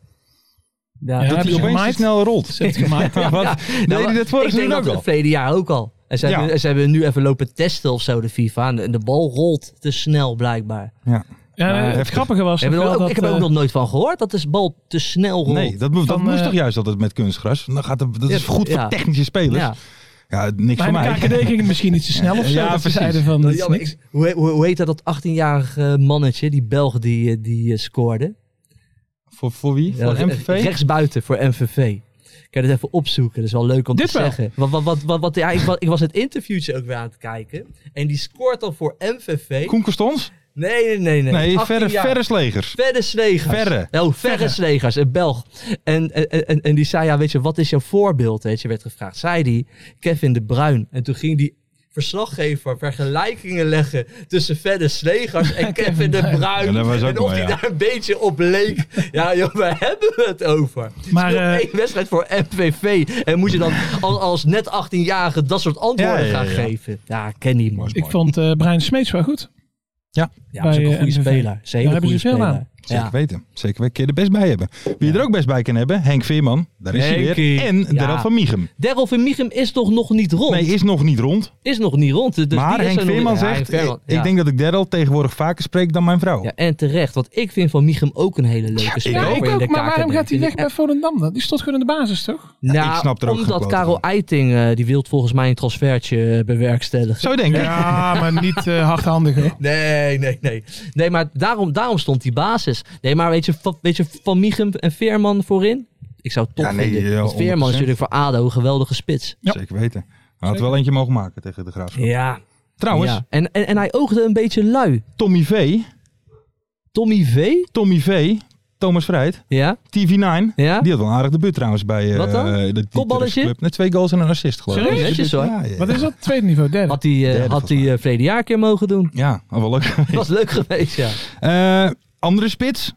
Speaker 4: Nou, doet
Speaker 6: Ja, heb
Speaker 4: hij
Speaker 5: Die
Speaker 6: je
Speaker 4: opeens-
Speaker 5: opeens zo
Speaker 6: gemaaid?
Speaker 5: snel rolt.
Speaker 6: Zet gemaakt.
Speaker 5: Ja, wat? Nee,
Speaker 4: Nou,
Speaker 5: dat vorig
Speaker 4: ik denk
Speaker 5: seizoen ook
Speaker 4: dat
Speaker 5: al.
Speaker 4: het verleden jaar ook al. En ze,
Speaker 5: Ja.
Speaker 4: hebben, en ze hebben nu even lopen testen of zo, de FIFA. En de- en de bal rolt te snel, blijkbaar.
Speaker 6: Ja,
Speaker 5: Ja,
Speaker 6: het
Speaker 5: heftig.
Speaker 6: grappige was
Speaker 4: Ik heb, er
Speaker 6: nog
Speaker 4: ook,
Speaker 6: wel
Speaker 4: ik heb er
Speaker 6: dat,
Speaker 4: ook
Speaker 6: eh,
Speaker 4: nog nooit van gehoord dat de bal te snel rolt.
Speaker 5: Nee, dat, mo- dat
Speaker 6: Van,
Speaker 5: moest
Speaker 6: eh,
Speaker 5: toch juist altijd met kunstgras? Dan gaat het, dat is
Speaker 4: Ja,
Speaker 5: goed voor
Speaker 4: ja.
Speaker 5: technische spelers.
Speaker 4: ja.
Speaker 5: Ja, niks voor
Speaker 6: Maar in
Speaker 5: mij.
Speaker 6: de KKD ging het misschien iets te snel of zo.
Speaker 5: Ja,
Speaker 6: dat ze
Speaker 5: precies.
Speaker 6: zeiden van, dat is
Speaker 4: Ja, maar
Speaker 6: niks.
Speaker 4: ik- hoe, he- hoe, hoe heet dat, dat 18-jarige mannetje, die Belg die, eh, die eh, scoorde?
Speaker 5: Voor, voor wie?
Speaker 4: Ja, eh,
Speaker 5: voor
Speaker 4: re-
Speaker 5: MVV?
Speaker 4: Rechtsbuiten voor MVV. Ik kan het even opzoeken, dat is wel leuk om
Speaker 6: Dit
Speaker 4: te
Speaker 6: wel.
Speaker 4: zeggen. Wat, wat, wat, wat, wat- ja, ik, wa- ik was het interviewtje ook weer aan het kijken. En die scoort dan voor MVV.
Speaker 5: Koen Kostons?
Speaker 4: Nee, nee, nee. Nee,
Speaker 5: Nee,
Speaker 4: 18
Speaker 5: verre,
Speaker 4: jaar.
Speaker 5: verre slegers.
Speaker 4: Verre Slegers.
Speaker 5: Verre.
Speaker 4: Oh, Verre, Slegers, een Belg. En, en, en, en die zei, ja, weet je, wat is jouw voorbeeld? Weet je, werd gevraagd. Zei die, Kevin de Bruin. En toen ging die verslaggever vergelijkingen leggen tussen Verre Slegers en Kevin de Bruin.
Speaker 5: Ja, dat was ook
Speaker 4: en of
Speaker 5: mooi,
Speaker 4: die
Speaker 5: ja.
Speaker 4: daar een beetje op leek. Ja, joh, waar hebben we het over?
Speaker 6: Maar,
Speaker 4: Maar,
Speaker 6: eh,
Speaker 4: één wedstrijd voor MVV. En moet je dan al- als net 18-jarige dat soort antwoorden
Speaker 5: Ja, ja, ja,
Speaker 4: gaan
Speaker 5: ja.
Speaker 4: geven? Ja, ik ken die man.
Speaker 6: Ik vond eh, Brian Smeets wel goed.
Speaker 4: Ja, dat is
Speaker 6: bij,
Speaker 4: een
Speaker 6: eh,
Speaker 4: goede
Speaker 6: MVV.
Speaker 4: speler. Ze een
Speaker 6: Daar
Speaker 4: hele
Speaker 6: hebben
Speaker 4: goede
Speaker 6: ze veel
Speaker 4: speler.
Speaker 6: aan.
Speaker 5: Zeker weten. Zeker weten. Kun je er best bij hebben. Wie je er ook best bij kan hebben, Henk Veerman. Daar is hij
Speaker 4: Henkie.
Speaker 5: weer. En Daryl
Speaker 4: Ja.
Speaker 5: van Mieghem.
Speaker 4: Daryl van Michum is toch nog niet rond?
Speaker 5: Nee, is nog niet rond.
Speaker 4: is nog niet rond. Dus
Speaker 5: maar
Speaker 4: die is
Speaker 5: Henk
Speaker 4: er nog
Speaker 5: Veerman
Speaker 4: niet. Ja,
Speaker 5: zegt,
Speaker 4: Henk Veerman,
Speaker 5: ik,
Speaker 4: ja.
Speaker 5: ik denk dat ik Daryl tegenwoordig vaker spreek dan mijn vrouw.
Speaker 4: Ja, en terecht. Want ik vind Van Michem ook een hele leuke speler.
Speaker 6: Ja,
Speaker 4: voor
Speaker 6: ik
Speaker 4: in
Speaker 6: ook.
Speaker 4: de
Speaker 6: Maar waarom
Speaker 4: KKD.
Speaker 6: gaat hij
Speaker 4: Vind
Speaker 6: weg
Speaker 4: ik
Speaker 6: bij Volendam dan? Die stond gewoon in de basis, toch?
Speaker 4: echt-
Speaker 5: Ja,
Speaker 4: Nou,
Speaker 5: ik snap er ook geen
Speaker 4: omdat
Speaker 5: klote
Speaker 4: Karel
Speaker 5: van.
Speaker 4: Eiting, eh, die wil volgens mij een transfertje eh, bewerkstelligen.
Speaker 5: Zou je denken?
Speaker 6: Ja, maar niet eh, hardhandig hoor.
Speaker 4: Nee, nee, nee. Nee, maar daarom, daarom stond die basis. Nee, maar weet je, Van- weet je Van Michem en Veerman voorin? Ik zou het top
Speaker 5: Ja, nee,
Speaker 4: vinden.
Speaker 5: ja,
Speaker 4: Want Veerman is
Speaker 5: 100%.
Speaker 4: natuurlijk voor ADO een geweldige spits.
Speaker 6: Ja.
Speaker 5: Zeker weten. Hij had wel eentje mogen maken tegen de Graafschap.
Speaker 4: Ja.
Speaker 5: Trouwens,
Speaker 4: ja. En, en, en hij oogde een beetje lui.
Speaker 5: Tommy V.
Speaker 4: Tommy V?
Speaker 5: Tommy V. Thomas Vrijt.
Speaker 4: Ja?
Speaker 5: TV9.
Speaker 4: Ja?
Speaker 5: Die had wel een aardig debuut trouwens bij eh,
Speaker 4: Wat dan?
Speaker 5: eh, de- die
Speaker 4: Kopballetje?
Speaker 5: club. Net twee goals en een assist geloof ik.
Speaker 4: Serieus?
Speaker 5: Dus-
Speaker 4: Netjes, hoor.
Speaker 5: Ja, ja, ja.
Speaker 6: Wat is dat? Tweede niveau, derde.
Speaker 4: Had hij, eh,
Speaker 5: Derde
Speaker 4: had hij
Speaker 5: volgens
Speaker 4: eh, verleden jaar een keer mogen doen.
Speaker 5: Ja, al wel leuk.
Speaker 4: Dat was leuk geweest, ja.
Speaker 5: Eh, andere spits.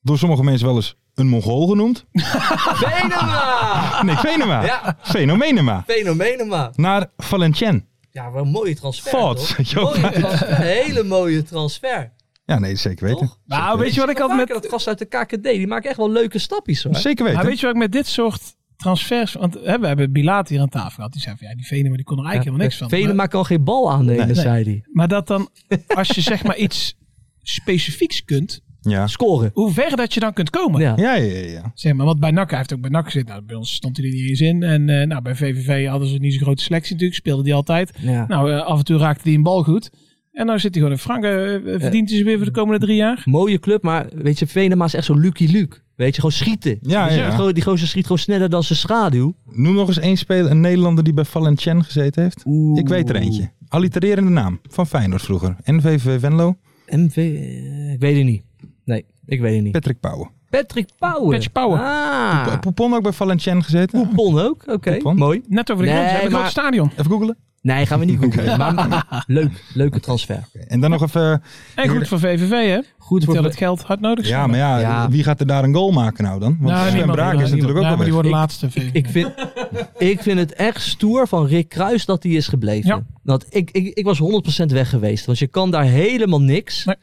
Speaker 5: Door sommige mensen wel eens een Mongool genoemd.
Speaker 4: Venema!
Speaker 5: Nee, Venema.
Speaker 4: Ja.
Speaker 5: Fenomenema.
Speaker 4: Fenomenema.
Speaker 5: Naar Valenciennes.
Speaker 4: Ja, wel een mooie transfer.
Speaker 5: Thoughts,
Speaker 4: toch?
Speaker 5: Johan.
Speaker 4: Mooie transfer. Een hele mooie transfer.
Speaker 5: Ja, nee, zeker weten.
Speaker 4: Toch?
Speaker 6: nou, weet je wat ik
Speaker 4: Vaker
Speaker 6: had met...
Speaker 4: dat gast uit de KKD, die maakt echt wel leuke stapjes hoor.
Speaker 5: Zeker
Speaker 6: Maar
Speaker 5: weten.
Speaker 6: weet je wat ik met dit soort transfers... Want hè, we hebben Bilaat hier aan tafel gehad. Die zei van, ja, die Venema die kon er eigenlijk helemaal niks van. Maar-
Speaker 4: Venema kan geen bal aannemen,
Speaker 5: Nee.
Speaker 4: zei hij.
Speaker 6: Maar dat dan, als je zeg maar iets specifieks kunt,
Speaker 5: Ja.
Speaker 4: Scoren.
Speaker 6: hoe ver dat je dan kunt komen.
Speaker 4: Ja.
Speaker 5: Ja, ja, ja, ja.
Speaker 6: Zeg maar, want bij NAC, hij heeft ook bij NAC gezeten. Nou, bij ons stond hij er niet eens in. En eh, nou, bij VVV hadden ze niet zo'n grote selectie natuurlijk, speelde die altijd.
Speaker 4: Ja.
Speaker 6: Nou, eh, af en toe raakte hij een bal goed. En nou zit hij gewoon in Frankrijk. eh, verdient hij ze weer voor de komende drie jaar?
Speaker 4: Mooie club, maar weet je, Venema is echt zo'n Lucky Luke. Weet je, gewoon schieten.
Speaker 5: Ja,
Speaker 4: Die
Speaker 5: ja, ja.
Speaker 4: go- Die gozer schiet gewoon sneller dan zijn schaduw.
Speaker 5: Noem nog eens één speler, een Nederlander die bij Valenciennes gezeten heeft.
Speaker 4: Oeh.
Speaker 5: Ik weet er eentje. Allitererende naam. Van Feyenoord vroeger. NVV Venlo.
Speaker 4: MV, eh, ik weet het niet. Nee, ik weet het niet.
Speaker 5: Patrick Pauwen.
Speaker 4: Patrick Power.
Speaker 6: Patrick Pauwen.
Speaker 4: Ah.
Speaker 5: Poupon ook bij Valenciennes gezeten.
Speaker 4: Pon ook, oké.
Speaker 5: Poupon.
Speaker 4: Mooi.
Speaker 6: Net over de
Speaker 4: Nee,
Speaker 6: grens. Ze hebben een
Speaker 4: maar-
Speaker 6: groot stadion.
Speaker 5: Even googelen.
Speaker 4: Nee, gaan we niet googlen. Maar leuk, leuke transfer.
Speaker 5: En dan nog even...
Speaker 6: En goed voor VVV, hè?
Speaker 4: Goed
Speaker 6: Terwijl
Speaker 4: voor
Speaker 6: het geld hard nodig is.
Speaker 5: Ja, maar ja,
Speaker 4: Ja.
Speaker 5: wie gaat er daar een goal maken nou dan? Want
Speaker 6: Nou,
Speaker 5: Sven
Speaker 6: niemand,
Speaker 5: Braak
Speaker 6: niemand,
Speaker 5: is natuurlijk ook
Speaker 6: niemand.
Speaker 5: wel
Speaker 6: Ja, maar die
Speaker 5: weg.
Speaker 6: worden laatste. VVV.
Speaker 4: Ik vind, ik vind het echt stoer van Rick Kruis dat hij is gebleven.
Speaker 6: Ja.
Speaker 4: Dat ik, ik, ik was 100% weg geweest. Want je kan daar helemaal niks.
Speaker 6: Nee.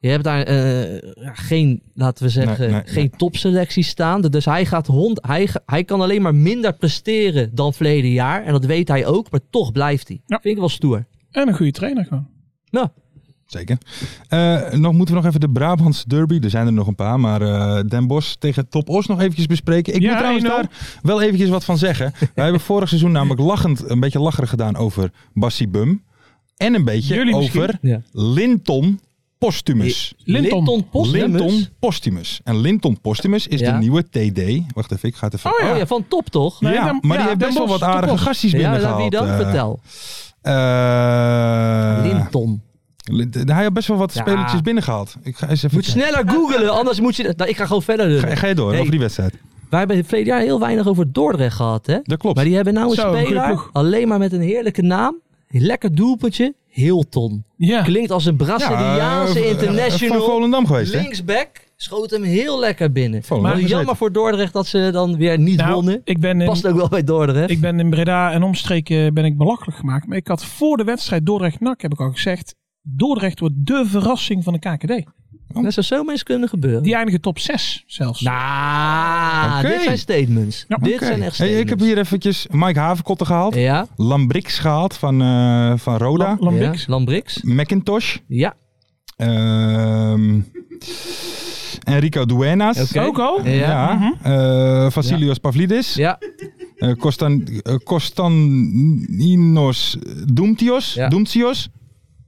Speaker 4: Je hebt daar eh, ja, geen, laten we zeggen,
Speaker 5: Nee, nee,
Speaker 4: geen topselectie staan. Dus hij, gaat hond, hij, ga- hij kan alleen maar minder presteren dan verleden jaar. En dat weet hij ook, maar toch blijft hij.
Speaker 6: Ja.
Speaker 4: Vind ik wel stoer.
Speaker 6: En een goede trainer gewoon.
Speaker 4: Nou,
Speaker 5: Zeker. Eh, nog moeten we nog even de Brabants derby. Er zijn er nog een paar, maar eh, Den Bosch tegen Top Os nog eventjes bespreken. Ik
Speaker 6: Ja,
Speaker 5: moet trouwens
Speaker 6: 1-0.
Speaker 5: daar wel eventjes wat van zeggen. Wij hebben vorig seizoen namelijk lachend, een beetje lacherig gedaan over Bassi Bum. En een beetje
Speaker 6: Jullie misschien?
Speaker 5: over
Speaker 4: Ja.
Speaker 5: Linton Postumus.
Speaker 6: Linton.
Speaker 4: Postlemus.
Speaker 5: Linton Postumus. En Linton Postumus is
Speaker 4: Ja.
Speaker 5: de nieuwe TD. Wacht even, ik ga het even...
Speaker 6: Oh ja.
Speaker 4: Oh ja, van top toch?
Speaker 6: Nee,
Speaker 5: ja,
Speaker 6: Den-
Speaker 5: maar die
Speaker 6: ja,
Speaker 5: heeft
Speaker 6: Den
Speaker 5: best wel
Speaker 6: Bosch,
Speaker 5: wat
Speaker 6: Top
Speaker 5: aardige
Speaker 6: Os.
Speaker 5: gastjes
Speaker 4: Ja, laat
Speaker 5: binnengehaald.
Speaker 4: wie dan?
Speaker 5: eh.
Speaker 4: Vertel.
Speaker 5: Eh,
Speaker 4: Linton.
Speaker 5: Lin- Hij had best wel wat
Speaker 4: Ja.
Speaker 5: spelletjes binnengehaald. Ik ga eens even
Speaker 4: Moet sneller googelen, anders moet je... Nou, ik ga gewoon verder.
Speaker 5: Ga, ga je door
Speaker 4: Hey.
Speaker 5: over die wedstrijd.
Speaker 4: Wij hebben het verleden jaar heel weinig over Dordrecht gehad, hè?
Speaker 5: Dat klopt.
Speaker 4: Maar die hebben nou een
Speaker 6: Zo, een goede
Speaker 4: speler,
Speaker 6: ploeg.
Speaker 4: alleen maar met een heerlijke naam. Lekker doelpuntje, Hilton.
Speaker 6: Ja.
Speaker 4: Klinkt als een Braziliaanse
Speaker 5: eh,
Speaker 4: international.
Speaker 5: Van Volendam geweest, hè?
Speaker 4: Linksback, schoot hem heel lekker binnen.
Speaker 5: Volendam
Speaker 4: maar jammer
Speaker 5: gezeten.
Speaker 4: voor Dordrecht dat ze dan weer niet
Speaker 6: Nou,
Speaker 4: wonnen.
Speaker 6: ik ben in-
Speaker 4: Past ook wel bij Dordrecht.
Speaker 6: Ik ben in Breda en omstreken ben ik belachelijk gemaakt. Maar ik had voor de wedstrijd Dordrecht-NAC, heb ik al gezegd... Dordrecht wordt de verrassing van de KKD.
Speaker 4: Dat zou zomaar eens kunnen gebeuren.
Speaker 6: Die eindigen top 6 zelfs.
Speaker 4: Nou, Ja,
Speaker 5: Oké.
Speaker 4: dit zijn statements.
Speaker 6: Ja,
Speaker 4: dit
Speaker 5: Oké.
Speaker 4: zijn echt statements.
Speaker 5: Hey, ik heb hier eventjes Mike Haverkotten gehaald.
Speaker 4: Ja,
Speaker 5: Lambrix gehaald van, eh, van Roda.
Speaker 6: Lam- Lambix.
Speaker 4: ja. Lambrix.
Speaker 5: Macintosh.
Speaker 4: Ja,
Speaker 5: Ehm Enrico Duenas.
Speaker 4: oké.
Speaker 6: Ook al?
Speaker 4: Ja, Mhm.
Speaker 5: Ja. Eh, Vasilios Pavlidis.
Speaker 4: ja,
Speaker 5: Eh, Kostan, eh, Kostaninos Doemtios.
Speaker 4: Ja.
Speaker 5: Doemtios.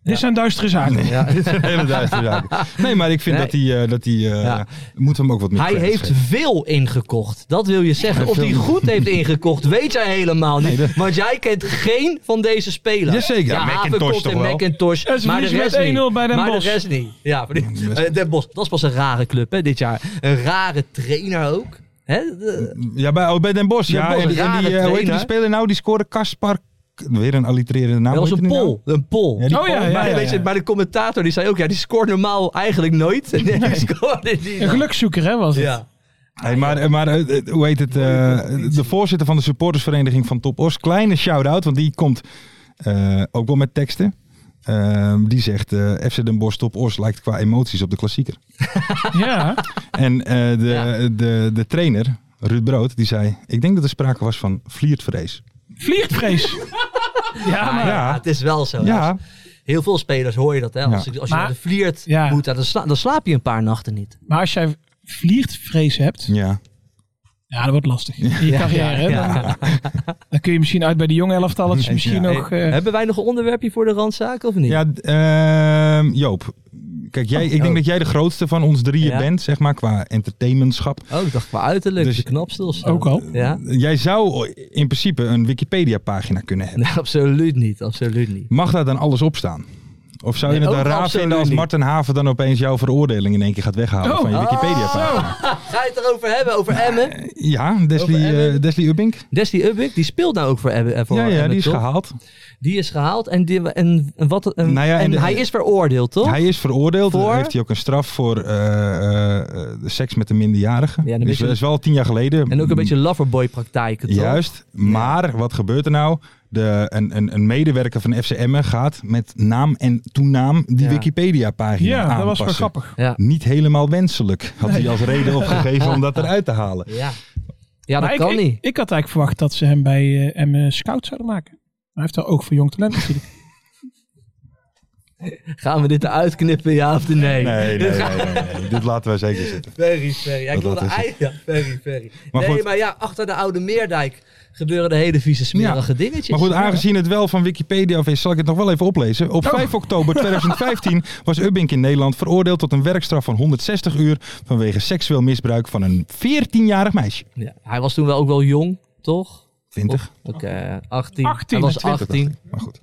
Speaker 6: Dit zijn duistere zaken.
Speaker 4: ja.
Speaker 5: Hele Duitse zaken. Nee, maar ik vind
Speaker 4: Nee.
Speaker 5: dat hij... eh, dat hij eh,
Speaker 4: Ja.
Speaker 5: Moet hem ook wat meer
Speaker 4: Hij
Speaker 5: credits
Speaker 4: heeft
Speaker 5: geven.
Speaker 4: veel ingekocht. Dat wil je zeggen.
Speaker 5: Ja,
Speaker 4: Of
Speaker 5: veel.
Speaker 4: hij goed heeft ingekocht, weet jij helemaal niet.
Speaker 5: Nee, dat-
Speaker 4: Want jij kent geen van deze spelers.
Speaker 5: Jazeker. Ja,
Speaker 4: Ja,
Speaker 5: Macintosh
Speaker 4: Haverkot
Speaker 5: toch
Speaker 4: en
Speaker 5: wel.
Speaker 4: Macintosh.
Speaker 6: En ze
Speaker 4: maar de
Speaker 6: verliezen
Speaker 4: rest
Speaker 6: met 1-0
Speaker 4: niet.
Speaker 6: bij Den
Speaker 4: maar
Speaker 6: Bosch.
Speaker 4: de rest niet. Ja, voor die- Eh, Den Bosch. Dat was een rare club hè, dit jaar. Een rare trainer ook. Hè? de-
Speaker 5: Ja, bij, oh, bij Den Bosch.
Speaker 4: Den
Speaker 5: Ja,
Speaker 4: Bosch,
Speaker 5: en die, en
Speaker 4: rare
Speaker 5: die, eh, hoe heet die
Speaker 4: trainer.
Speaker 5: speler nou? Die scoorde Kaspar... K- Weer een allitererende naam.
Speaker 4: Dat was
Speaker 5: hoe
Speaker 4: een
Speaker 5: heet die nou?
Speaker 4: pol. Een pol.
Speaker 5: Ja, die
Speaker 6: Oh, ja,
Speaker 5: Pol.
Speaker 6: ja.
Speaker 4: maar, weet je, maar de commentator die zei ook, ja, die scoort normaal eigenlijk nooit. En die scoorde die.
Speaker 6: Een gelukszoeker, hè, was het?
Speaker 4: Ja.
Speaker 5: Hey, maar, maar eh, eh, hoe heet het? eh, de voorzitter van de supportersvereniging van Top Os. Kleine shout-out, want die komt eh, ook wel met teksten. Ehm, die zegt, eh, FC Den Bosch Top Os lijkt qua emoties op de klassieker.
Speaker 6: Ja.
Speaker 5: En eh, de,
Speaker 4: Ja.
Speaker 5: de, de trainer, Ruud Brood, die zei... Ik denk dat er sprake was van vliertvrees.
Speaker 6: Vliegtvrees. Ja,
Speaker 4: Ah,
Speaker 6: maar...
Speaker 4: ja, het is wel zo.
Speaker 5: Ja,
Speaker 4: Heel veel spelers hoor je dat. Hè? Als,
Speaker 5: Ja.
Speaker 4: als je
Speaker 6: Maar-
Speaker 4: naar de vliert
Speaker 6: Ja.
Speaker 4: moet, dan, sla- dan slaap je een paar nachten niet.
Speaker 6: Maar als jij vliegtvrees hebt,
Speaker 5: ja.
Speaker 6: ja, dat wordt lastig. In je
Speaker 4: Ja,
Speaker 6: carrière, hè,
Speaker 4: ja,
Speaker 6: Dan, dan kun je misschien uit bij de jonge elftal. Dat is misschien
Speaker 5: Ja.
Speaker 6: nog... eh,
Speaker 4: Hebben wij nog een onderwerpje voor de randzaak of niet?
Speaker 5: ja d- ehm, Joop, kijk, jij, ik denk
Speaker 4: oh.
Speaker 5: dat jij de grootste van ons drieën
Speaker 4: Ja.
Speaker 5: bent, zeg maar, qua entertainmentschap.
Speaker 4: Oh, ik dacht qua uiterlijk,
Speaker 5: Dus-
Speaker 4: de knapste of zo.
Speaker 6: Ook al.
Speaker 4: Ja?
Speaker 5: Jij zou in principe een Wikipedia-pagina kunnen hebben.
Speaker 4: Nee, absoluut niet, absoluut niet.
Speaker 5: Mag daar dan alles op staan? Of zou je
Speaker 4: Nee,
Speaker 5: het dan
Speaker 4: ook
Speaker 5: raar
Speaker 4: absoluut
Speaker 5: vinden als
Speaker 4: niet.
Speaker 5: Martin Haven dan opeens jouw veroordeling in één keer gaat weghalen
Speaker 6: Oh.
Speaker 5: van je Wikipedia-pagina?
Speaker 4: Ah, Ga je het erover hebben, over Emmen?
Speaker 5: Ja, Desli,
Speaker 4: Oh. Over Emmen?
Speaker 5: eh, Desli Ubbink.
Speaker 4: Desti Ubik, die speelt nou ook voor Emmen. eh, voor
Speaker 5: Ja, ja,
Speaker 4: Emmen,
Speaker 5: die is
Speaker 4: toch?
Speaker 5: gehaald.
Speaker 4: Die is gehaald en, die, en, en wat, en,
Speaker 5: Nou ja, en
Speaker 4: en
Speaker 5: de-
Speaker 4: hij is veroordeeld, toch?
Speaker 5: Hij is veroordeeld.
Speaker 4: Voor?
Speaker 5: Heeft hij ook een straf voor eh, eh, eh, de seks met een minderjarige.
Speaker 4: Ja,
Speaker 5: Ja,
Speaker 4: een
Speaker 5: dus
Speaker 4: beetje-
Speaker 5: dat is wel tien jaar geleden.
Speaker 4: En ook een beetje loverboy-praktijken, toch?
Speaker 5: Juist. Maar wat gebeurt er nou? De, een, een, een medewerker van FC Emmen gaat met naam en toenaam die
Speaker 4: Ja.
Speaker 5: Wikipedia-pagina
Speaker 6: ja, dat was wel
Speaker 5: aanpassen.
Speaker 6: grappig.
Speaker 4: Ja.
Speaker 5: Niet helemaal wenselijk, had hij als reden opgegeven om dat eruit te halen.
Speaker 4: Ja, ja dat
Speaker 6: Maar ik,
Speaker 4: kan
Speaker 6: ik,
Speaker 4: niet.
Speaker 6: ik had eigenlijk verwacht dat ze hem bij eh Emmen Scout zouden maken. Hij heeft daar ook voor jong talent natuurlijk.
Speaker 4: Gaan we dit eruit knippen, ja of nee?
Speaker 5: Nee, nee, nee, nee, nee. Dit laten wij zeker zitten.
Speaker 4: Ferry, Ferry. Ja, ik
Speaker 5: Dat-
Speaker 4: wilde
Speaker 5: dat is het.
Speaker 4: ei- ja, Ferry, Ferry.
Speaker 5: Maar
Speaker 4: nee,
Speaker 5: goed.
Speaker 4: maar ja, achter de oude Meerdijk gebeuren de hele vieze smerige dingetjes.
Speaker 5: Maar goed, aangezien het wel van Wikipedia af is, zal ik het nog wel even oplezen.
Speaker 4: Oh.
Speaker 5: Op 5 oktober 2015 was Ubbink in Nederland veroordeeld tot een werkstraf van 160 uur vanwege seksueel misbruik van een 14-jarig meisje.
Speaker 4: Ja, hij was toen wel ook wel jong, toch?
Speaker 5: 20.
Speaker 4: Oké, 18.
Speaker 6: 18,
Speaker 4: Hij was
Speaker 6: 20,
Speaker 4: 18.
Speaker 5: Maar goed.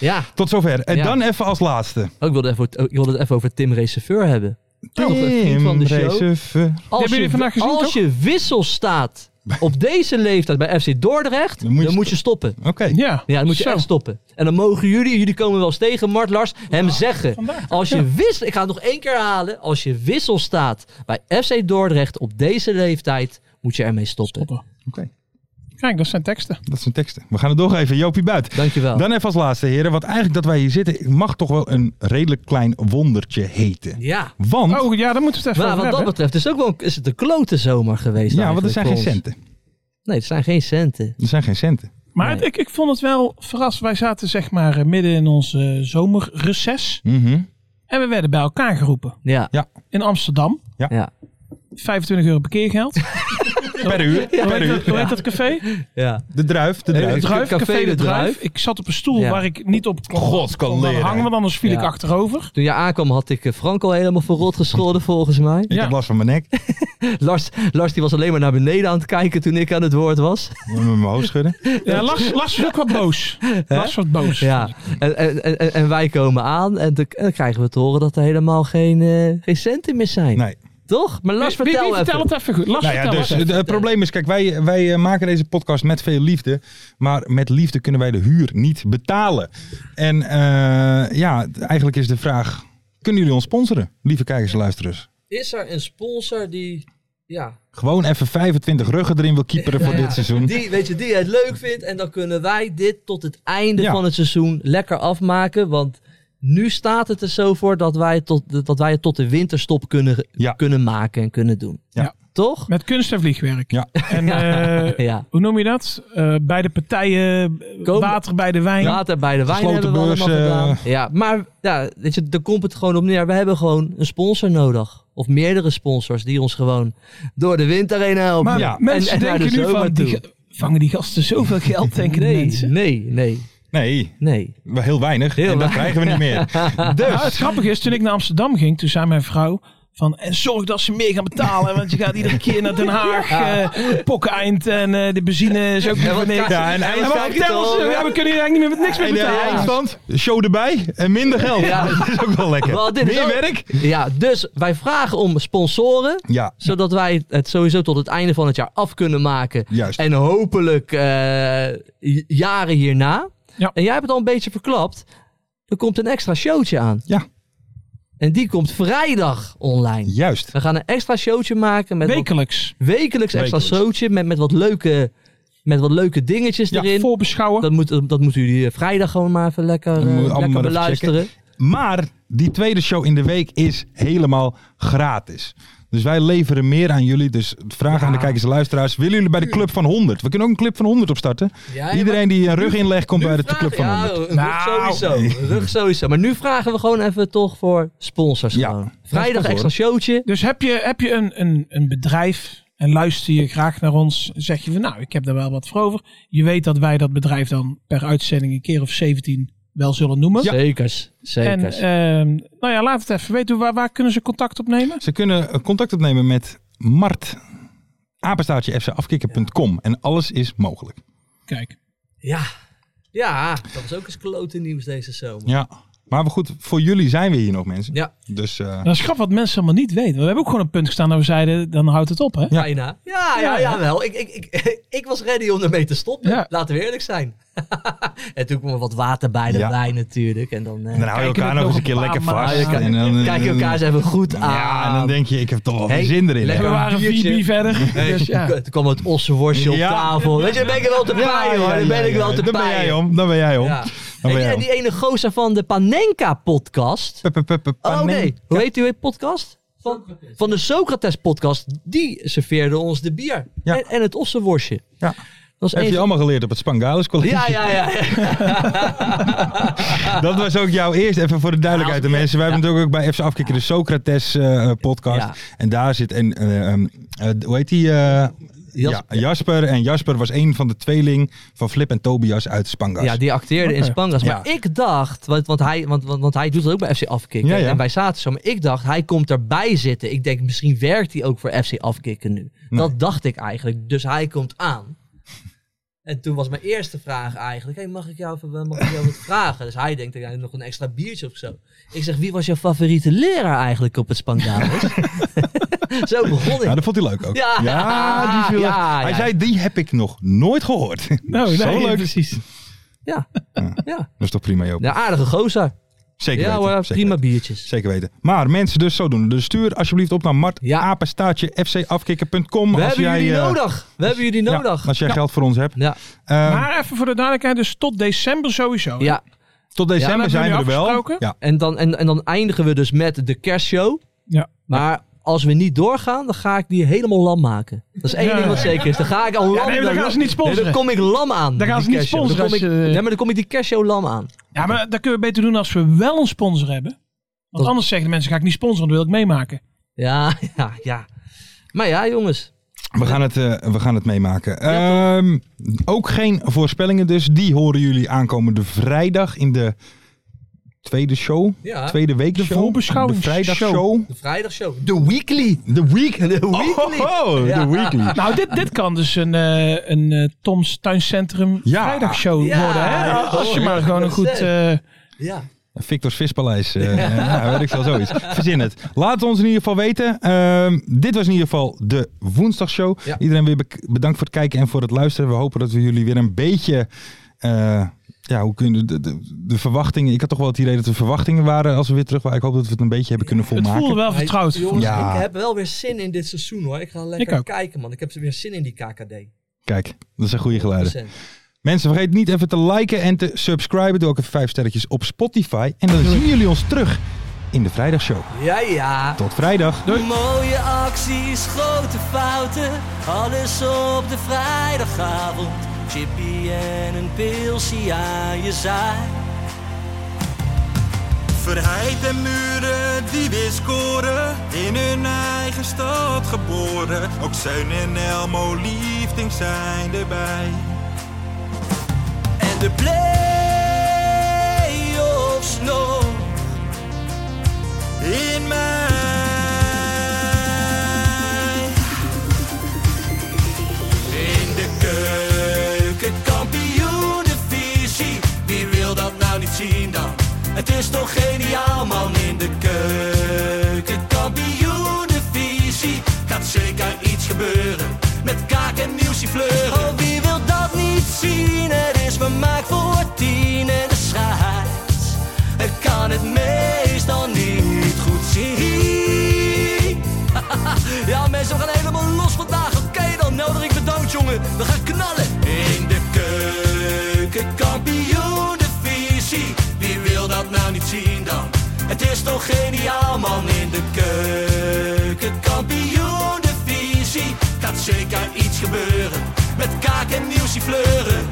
Speaker 4: Ja,
Speaker 5: Tot zover. En
Speaker 4: Ja.
Speaker 5: dan even als laatste.
Speaker 4: oh, ik, wilde even, ik wilde het even over Tim Receveur hebben. Toch een vriend van de
Speaker 5: Tim
Speaker 4: show.
Speaker 5: eh, Rezever.
Speaker 4: Als
Speaker 6: hebben jullie vandaag gezien,
Speaker 4: als
Speaker 6: toch?
Speaker 4: je wissel staat op deze leeftijd bij FC Dordrecht,
Speaker 5: Dan
Speaker 4: dan
Speaker 5: moet
Speaker 4: moet
Speaker 5: je
Speaker 4: je, stoppen.
Speaker 5: Oké.
Speaker 6: Ja,
Speaker 4: Ja, dan moet je
Speaker 6: Zo.
Speaker 4: echt stoppen. En dan mogen jullie, jullie komen wel eens tegen, Mart Lars, hem zeggen.
Speaker 6: Vandaag.
Speaker 4: Als je wissel, ik ga het nog één keer herhalen. Als je wissel staat bij FC Dordrecht op deze leeftijd, moet je ermee stoppen.
Speaker 6: Stoppen.
Speaker 5: Oké.
Speaker 6: Kijk, dat zijn teksten.
Speaker 5: Dat zijn teksten. We gaan het doorgeven. Jopie Buit.
Speaker 4: Dankjewel.
Speaker 5: Dan even als laatste, heren. Want eigenlijk dat wij hier zitten mag toch wel een redelijk klein wondertje heten.
Speaker 4: ja.
Speaker 5: Want,
Speaker 6: Oh ja, daar moeten we het even
Speaker 4: Maar wat
Speaker 6: over
Speaker 4: dat
Speaker 6: hebben.
Speaker 4: betreft is, ook wel, een- is het een klote zomer geweest.
Speaker 5: ja, want er
Speaker 4: eigenlijk
Speaker 5: zijn
Speaker 4: voor
Speaker 5: geen
Speaker 4: ons.
Speaker 5: centen.
Speaker 4: Nee, het zijn geen centen.
Speaker 5: Er zijn geen centen.
Speaker 6: Maar
Speaker 4: Nee.
Speaker 6: het- ik, ik vond het wel verrast. Wij zaten zeg maar eh, midden in onze eh, zomerreces.
Speaker 5: Mhm.
Speaker 6: En we werden bij elkaar geroepen.
Speaker 4: Ja.
Speaker 5: Ja.
Speaker 6: In Amsterdam.
Speaker 4: Ja.
Speaker 6: 25 euro parkeergeld.
Speaker 5: Per uur.
Speaker 6: Hoe
Speaker 5: Per
Speaker 6: heet
Speaker 5: uur.
Speaker 6: dat, hoe heet dat café?
Speaker 4: ja.
Speaker 5: De druif, de
Speaker 4: Nee,
Speaker 5: druif.
Speaker 4: het-
Speaker 6: Druif,
Speaker 4: Café
Speaker 6: café,
Speaker 4: De
Speaker 6: De Druif.
Speaker 4: Druif.
Speaker 6: Ik zat op een stoel
Speaker 4: Ja.
Speaker 6: waar ik niet op kon,
Speaker 5: God, kan
Speaker 6: kon
Speaker 5: leren.
Speaker 6: hangen, want anders viel
Speaker 4: Ja.
Speaker 6: ik achterover.
Speaker 4: Toen je aankwam had ik eh, Frank al helemaal verrot gescholden volgens mij.
Speaker 5: Ik
Speaker 6: Ja.
Speaker 5: heb last van mijn nek.
Speaker 4: Lars, Lars die was alleen maar naar beneden aan het kijken toen ik aan het woord was.
Speaker 5: Moet Met mijn hoofd schudden.
Speaker 6: Ja, Lars, Lars was ook wat boos. Lars was boos.
Speaker 4: Ja, en, en, en, en wij komen aan en dan en dan krijgen we te horen dat er helemaal geen, eh, geen centen meer zijn.
Speaker 5: Nee.
Speaker 4: Toch? Maar Lars,
Speaker 6: Wie- wie-
Speaker 4: vertel
Speaker 6: wie
Speaker 4: even.
Speaker 6: vertel het even goed. Lars,
Speaker 5: Nou ja,
Speaker 6: vertel
Speaker 5: dus
Speaker 6: het even.
Speaker 5: het het probleem is, kijk, wij, wij eh, maken deze podcast met veel liefde. Maar met liefde kunnen wij de huur niet betalen. En eh, ja, eigenlijk is de vraag, kunnen jullie ons sponsoren? Lieve kijkers en luisterers.
Speaker 4: Is er een sponsor die... Ja,
Speaker 5: Gewoon even 25 ruggen erin wil kieperen voor
Speaker 4: Ja.
Speaker 5: dit seizoen.
Speaker 4: die, weet je, die het leuk vindt. En dan kunnen wij dit tot het einde
Speaker 5: Ja.
Speaker 4: van het seizoen lekker afmaken. Want nu staat het er zo voor dat wij, het tot, dat wij het tot de winterstop kunnen,
Speaker 5: Ja.
Speaker 4: kunnen maken en kunnen doen.
Speaker 5: Ja.
Speaker 4: toch?
Speaker 6: Met kunst en vliegwerk.
Speaker 5: Ja.
Speaker 6: En eh,
Speaker 4: Ja.
Speaker 6: hoe noem je dat? Eh, bij de partijen, eh,
Speaker 4: Komen-
Speaker 6: water bij de wijn.
Speaker 4: Later bij de wijn
Speaker 5: Gesloten
Speaker 4: hebben we allemaal
Speaker 5: beurs, eh.
Speaker 4: gedaan. Ja, maar ja, weet je, daar komt het gewoon op neer. We hebben gewoon een sponsor nodig. Of meerdere sponsors die ons gewoon door de winter heen helpen.
Speaker 6: Maar
Speaker 5: Ja.
Speaker 6: mensen
Speaker 4: En- en naar de
Speaker 6: denken nu
Speaker 4: zomer
Speaker 6: van, die,
Speaker 4: toe.
Speaker 6: ga- vangen die gasten zoveel geld, denken de
Speaker 4: nee,
Speaker 6: mensen.
Speaker 4: nee, nee,
Speaker 5: Nee,
Speaker 4: nee.
Speaker 5: wel heel weinig.
Speaker 4: Heel
Speaker 5: en dat
Speaker 4: weinig.
Speaker 5: krijgen we niet meer. Dus,
Speaker 6: Nou, het grappige is, toen ik naar Amsterdam ging, toen zei mijn vrouw van, en zorg dat ze meer gaan betalen, want je gaat iedere keer naar Den Haag, eh Pokkeind en eh, de benzine is ook niet voor niks.
Speaker 5: Ja, en
Speaker 6: En
Speaker 5: eind-
Speaker 6: wat
Speaker 4: kijk het
Speaker 6: vertel
Speaker 4: al,
Speaker 6: ze?
Speaker 4: hè?
Speaker 6: Ja, we kunnen hier eigenlijk niet meer met niks meer
Speaker 5: en de
Speaker 6: betalen.
Speaker 5: eindstand, show erbij en minder geld.
Speaker 4: Ja.
Speaker 5: Dat is ook wel lekker.
Speaker 4: Wel, dit is
Speaker 5: meer
Speaker 4: ook-
Speaker 5: werk?
Speaker 4: Ja, dus wij vragen om sponsoren.
Speaker 5: Ja,
Speaker 4: Zodat wij het sowieso tot het einde van het jaar af kunnen maken.
Speaker 5: juist.
Speaker 4: En hopelijk eh, j- jaren hierna.
Speaker 6: Ja.
Speaker 4: En jij hebt het al een beetje verklapt. Er komt een extra showtje aan.
Speaker 5: Ja.
Speaker 4: En die komt vrijdag online.
Speaker 5: Juist.
Speaker 4: We gaan een extra showtje maken. Met wat-
Speaker 6: Wekelijks.
Speaker 4: wekelijks extra
Speaker 5: Wekelijks.
Speaker 4: showtje. Met, met, wat leuke, met wat leuke dingetjes
Speaker 6: Ja,
Speaker 4: erin.
Speaker 6: voorbeschouwen.
Speaker 4: Dat, moet, dat moeten jullie eh, vrijdag gewoon maar even lekker,
Speaker 5: Dan
Speaker 4: eh,
Speaker 5: moeten we allemaal
Speaker 4: lekker
Speaker 5: maar even
Speaker 4: beluisteren.
Speaker 5: Maar die tweede show in de week is helemaal gratis. Dus wij leveren meer aan jullie. Dus vraag aan de kijkers en luisteraars. Willen jullie bij de Club van 100? We kunnen ook een Club van 100 opstarten.
Speaker 4: Ja, ja,
Speaker 5: Iedereen die een rug inlegt, komt
Speaker 4: Nu
Speaker 5: bij de
Speaker 4: vragen-
Speaker 5: Club van Nou,
Speaker 4: ja,
Speaker 5: 100.
Speaker 4: een
Speaker 6: Nou,
Speaker 4: rug sowieso. een rug sowieso. Maar nu vragen we gewoon even toch voor sponsors.
Speaker 5: Ja.
Speaker 4: Gewoon.
Speaker 5: Dat
Speaker 4: Vrijdag
Speaker 5: is
Speaker 4: extra
Speaker 5: goed,
Speaker 4: showtje.
Speaker 6: Dus heb je, heb je een, een, een bedrijf en luister je graag naar ons, zeg je van nou, ik heb daar wel wat voor over. Je weet dat wij dat bedrijf dan per uitzending een keer of 17 wel zullen noemen.
Speaker 4: Zekers.
Speaker 6: En
Speaker 4: Zekers.
Speaker 6: ehm, nou ja, laat het even weten. Waar, waar kunnen ze contact opnemen?
Speaker 5: Ze kunnen eh, contact opnemen met Mart. Apenstaartje fcafkikker.com. En alles is mogelijk.
Speaker 6: Kijk,
Speaker 4: ja. ja, dat is ook eens klote nieuws deze zomer.
Speaker 5: Ja. Maar we- goed, voor jullie zijn we hier nog mensen.
Speaker 4: Ja,
Speaker 5: Dus eh,
Speaker 6: dat is grappig wat mensen allemaal niet weten. Want We hebben ook gewoon een punt gestaan dat we zeiden, dan houdt het op hè.
Speaker 5: Ja.
Speaker 4: bijna. Ja, ja, ja, wel. Ik, ik, ik, ik was ready om ermee te stoppen.
Speaker 6: Ja.
Speaker 4: Laten we eerlijk zijn. en toen kwam er wat water bij de
Speaker 5: Ja.
Speaker 4: wijn natuurlijk. En dan eh,
Speaker 5: dan hou je
Speaker 6: kijken
Speaker 5: elkaar
Speaker 6: we
Speaker 5: nog eens een
Speaker 6: nog
Speaker 5: keer
Speaker 6: een
Speaker 5: lekker
Speaker 6: paar
Speaker 5: vast.
Speaker 4: maanden.
Speaker 5: En dan, eh,
Speaker 4: kijk je elkaar eens even goed aan.
Speaker 5: Ja, en dan denk je, ik heb toch wel
Speaker 4: Hey,
Speaker 5: geen zin erin.
Speaker 4: lekker
Speaker 5: hè?
Speaker 6: We waren
Speaker 4: biertje.
Speaker 6: 4B verder. Dus ja.
Speaker 4: Toen kwam het ossenworstje op
Speaker 5: Ja.
Speaker 4: tafel. Weet je, dan ben ik er wel te paaien hoor. Dan ben ik wel te
Speaker 5: Dan ben
Speaker 4: paaien.
Speaker 5: jij om. Dan ben jij om.
Speaker 4: Ja.
Speaker 5: Dan
Speaker 4: En die,
Speaker 5: ben jij
Speaker 4: en
Speaker 5: om.
Speaker 4: die ene gozer van de Panenka-podcast.
Speaker 5: Pe- pe- pe- pe-
Speaker 4: Oh
Speaker 5: panenka.
Speaker 4: nee, hoe heet die podcast? Van, van de Socrates-podcast. Die serveerde ons de bier.
Speaker 5: Ja.
Speaker 4: En, en het ossenworstje.
Speaker 5: Ja.
Speaker 4: Dat was
Speaker 5: Heb
Speaker 4: één-
Speaker 5: je allemaal geleerd op het Spangalis College?
Speaker 4: ja, ja, ja, ja.
Speaker 5: Dat was ook jouw eerst, even voor de duidelijkheid
Speaker 4: Nou,
Speaker 5: de mensen. Wij hebben natuurlijk ook bij FC Afkikker de Socrates eh, eh, podcast.
Speaker 4: Ja.
Speaker 5: En daar zit, en, eh, ehm, eh, hoe heet die? eh,
Speaker 4: Jasper.
Speaker 5: Ja, Jasper. En Jasper was een van de tweeling van Flip en Tobias uit Spangas.
Speaker 4: Ja, die acteerde in Spangas. Maar
Speaker 5: Ja.
Speaker 4: ik dacht, want, want, hij, want, want, want hij doet dat ook bij FC Afkikken.
Speaker 5: Ja, ja.
Speaker 4: En wij zaten zo. Maar ik dacht, hij komt erbij zitten. Ik denk, misschien werkt hij ook voor FC Afkikken nu. Dat dacht ik eigenlijk. Dus hij komt aan. En toen was mijn eerste vraag eigenlijk, hey, mag ik jou even mag ik jou wat vragen? Dus hij denkt, ja, nog een extra biertje of zo. Ik zeg, wie was jouw favoriete leraar eigenlijk op het Spangalis? zo begon ik.
Speaker 5: Ja, Nou, dat vond hij leuk ook.
Speaker 4: Ja.
Speaker 5: die viel echt-
Speaker 4: Ja,
Speaker 5: Hij
Speaker 4: ja.
Speaker 5: zei, die heb ik nog nooit gehoord.
Speaker 6: Nou,
Speaker 5: Zo
Speaker 6: nee,
Speaker 5: leuk.
Speaker 6: precies.
Speaker 4: Ja, ja.
Speaker 5: Dat is toch prima, Joop?
Speaker 4: ja aardige gozer.
Speaker 5: Zeker
Speaker 4: Ja
Speaker 5: weten.
Speaker 4: hoor,
Speaker 5: Zeker
Speaker 4: prima
Speaker 5: weten.
Speaker 4: biertjes.
Speaker 5: Zeker weten. Maar mensen dus zo doen. Dus stuur alsjeblieft op naar Mart
Speaker 4: Ja.
Speaker 5: apenstaartje fcafkikker.com.
Speaker 4: We
Speaker 5: als
Speaker 4: hebben
Speaker 5: jij,
Speaker 4: jullie
Speaker 5: eh,
Speaker 4: nodig. We hebben jullie
Speaker 5: ja,
Speaker 4: nodig.
Speaker 5: als jij geld voor ons hebt.
Speaker 4: Ja,
Speaker 5: Eh,
Speaker 6: Maar even voor de duidelijkheid, dus tot december sowieso. hè?
Speaker 4: ja.
Speaker 5: tot
Speaker 6: Ja,
Speaker 5: december
Speaker 6: dat
Speaker 5: zijn we er
Speaker 6: hebben we nu
Speaker 5: wel.
Speaker 6: afgesproken.
Speaker 5: Ja.
Speaker 4: En, dan, en, en dan eindigen we dus met de kerstshow.
Speaker 6: Ja.
Speaker 4: Maar als we niet doorgaan, dan ga ik die helemaal lam maken. Dat is één
Speaker 6: Ja.
Speaker 4: ding wat zeker is. Dan ga ik al lam.
Speaker 6: Ja, nee, dan gaan ze niet sponsoren.
Speaker 4: Nee, dan kom ik lam aan.
Speaker 6: Dan gaan
Speaker 4: die
Speaker 6: ze niet
Speaker 4: kerstshow.
Speaker 6: sponsoren
Speaker 4: Dan kom
Speaker 6: als
Speaker 4: ik,
Speaker 6: je-
Speaker 4: nee, maar dan kom ik die kerstshow lam aan.
Speaker 6: Ja, maar dat kunnen we beter doen als we wel een sponsor hebben. Want
Speaker 4: Dat-
Speaker 6: anders zeggen de mensen, ga ik niet sponsoren, dan wil ik meemaken.
Speaker 4: Ja, ja, ja. Maar ja, jongens.
Speaker 5: We gaan het, eh, we gaan het meemaken. Ehm, ook geen voorspellingen dus. Die horen jullie aankomende vrijdag in de tweede show.
Speaker 4: Ja.
Speaker 5: Tweede week de
Speaker 6: voorbeschouwingsshow.
Speaker 5: De vrijdagshow.
Speaker 4: De vrijdagshow. The Weekly.
Speaker 5: De week.
Speaker 4: De Weekly.
Speaker 5: Oh, de
Speaker 4: Ja.
Speaker 5: weekly.
Speaker 6: Nou, dit, dit kan dus een, eh, een eh, Toms Tuincentrum
Speaker 5: Ja.
Speaker 6: vrijdagshow
Speaker 4: Ja,
Speaker 6: worden. Hè?
Speaker 4: ja,
Speaker 6: Als je maar gewoon een goed... eh,
Speaker 4: Ja.
Speaker 5: Victor's Vispaleis. eh, ja, weet ik veel, zoiets. Verzin het. Laat het ons in ieder geval weten. Ehm, dit was in ieder geval de woensdagshow.
Speaker 4: Ja.
Speaker 5: Iedereen weer bek- bedankt voor het kijken en voor het luisteren. We hopen dat we jullie weer een beetje... eh, ja, hoe kunnen de, de, de verwachtingen... Ik had toch wel het idee dat de verwachtingen waren als we weer terug waren. Ik hoop dat we het een beetje hebben kunnen
Speaker 6: het
Speaker 5: volmaken.
Speaker 6: voelde wel vertrouwd.
Speaker 4: Hey, jongens,
Speaker 5: Ja.
Speaker 4: ik heb wel weer zin in dit seizoen hoor. Ik ga lekker
Speaker 6: Ik ook.
Speaker 4: kijken man. Ik heb weer zin in die KKD.
Speaker 5: Kijk, dat zijn goede geluiden.
Speaker 4: Procent.
Speaker 5: Mensen, vergeet niet even te liken en te subscriben. Doe ook even vijf sterretjes op Spotify. En dan zien jullie ons terug
Speaker 9: in de Vrijdagshow.
Speaker 10: Ja, ja.
Speaker 9: Tot vrijdag.
Speaker 4: Mooie acties, grote fouten, alles op de vrijdagavond. Chippy en een pilsie aan je zaai.
Speaker 5: Verheid en muren die weer scoren, in hun eigen stad geboren. Ook Zeun en Elmo Liefding zijn erbij.
Speaker 4: En de play-offs nog.
Speaker 5: In mij.
Speaker 4: In de keuken, kampioenenvisie. Wie wil dat nou niet zien dan? Het is toch geniaal man in de keuken, kampioenenvisie. Gaat zeker iets gebeuren met kaak en muziek fleuren. Oh, wie wil dat niet zien? Het is vermaakt voor tien en de scheids. Ik kan het meestal niet goed zien. Ja, mensen, we gaan helemaal los vandaag. Oké, dan nodig ik de dood, jongen. We gaan knallen. In de keuken, kampioen, de visie. Wie wil dat nou niet zien dan? Het is toch geniaal, man. In de keuken, kampioen, de visie. Gaat zeker iets gebeuren. Met kaak en nieuwsie fleuren.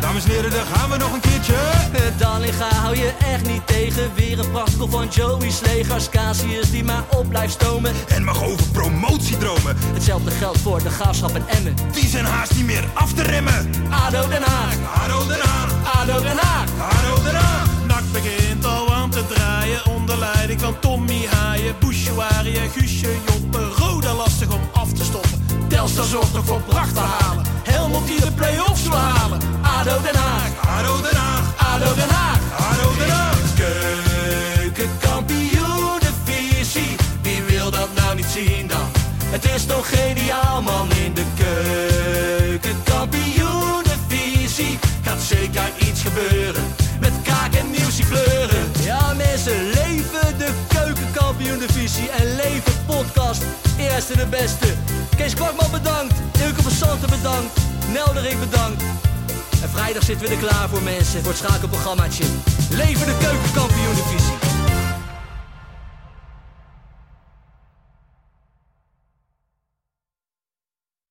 Speaker 5: Dames en heren, daar gaan we nog een keertje.
Speaker 4: Eh, Dallinga hou je echt niet tegen. Weer een prachtkel van Joey's legers. Casius die maar op blijft stomen.
Speaker 5: En mag over promotiedromen,
Speaker 4: Hetzelfde geldt voor de graafschap en Emmen.
Speaker 5: die zijn haast niet meer af te remmen.
Speaker 4: ADO Den Haag,
Speaker 5: Haro Den Haag,
Speaker 4: ADO Den Haag.
Speaker 5: Haro Den Haag.
Speaker 11: Nak begint al aan te draaien onder leiding van Tommy Haaien, Bouchouari en Guusje Joppen. Roda lastig om af te stoppen. Telstar zorgt nog voor pracht te halen. Helmond die de play-offs wil halen.
Speaker 4: ADO Den Haag,
Speaker 5: Haro Den Haag,
Speaker 4: ADO Den Haag.
Speaker 5: Haro Den Haag.
Speaker 4: Keukenkampioenenvisie, wie wil dat nou niet zien dan? Het is toch geniaal man in de keukenkampioenenvisie. Gaat zeker iets gebeuren, met kaak en nieuwsie fleuren. Ja mensen, leven de keukenkampioenenvisie en leven podcast. Eerste de beste. Kees Kwakman bedankt, Ilke van Santen bedankt, Nelderik bedankt. En vrijdag zitten we er klaar voor mensen, voor het schakelprogrammaatje. Leven de keukenkampioenenvisie.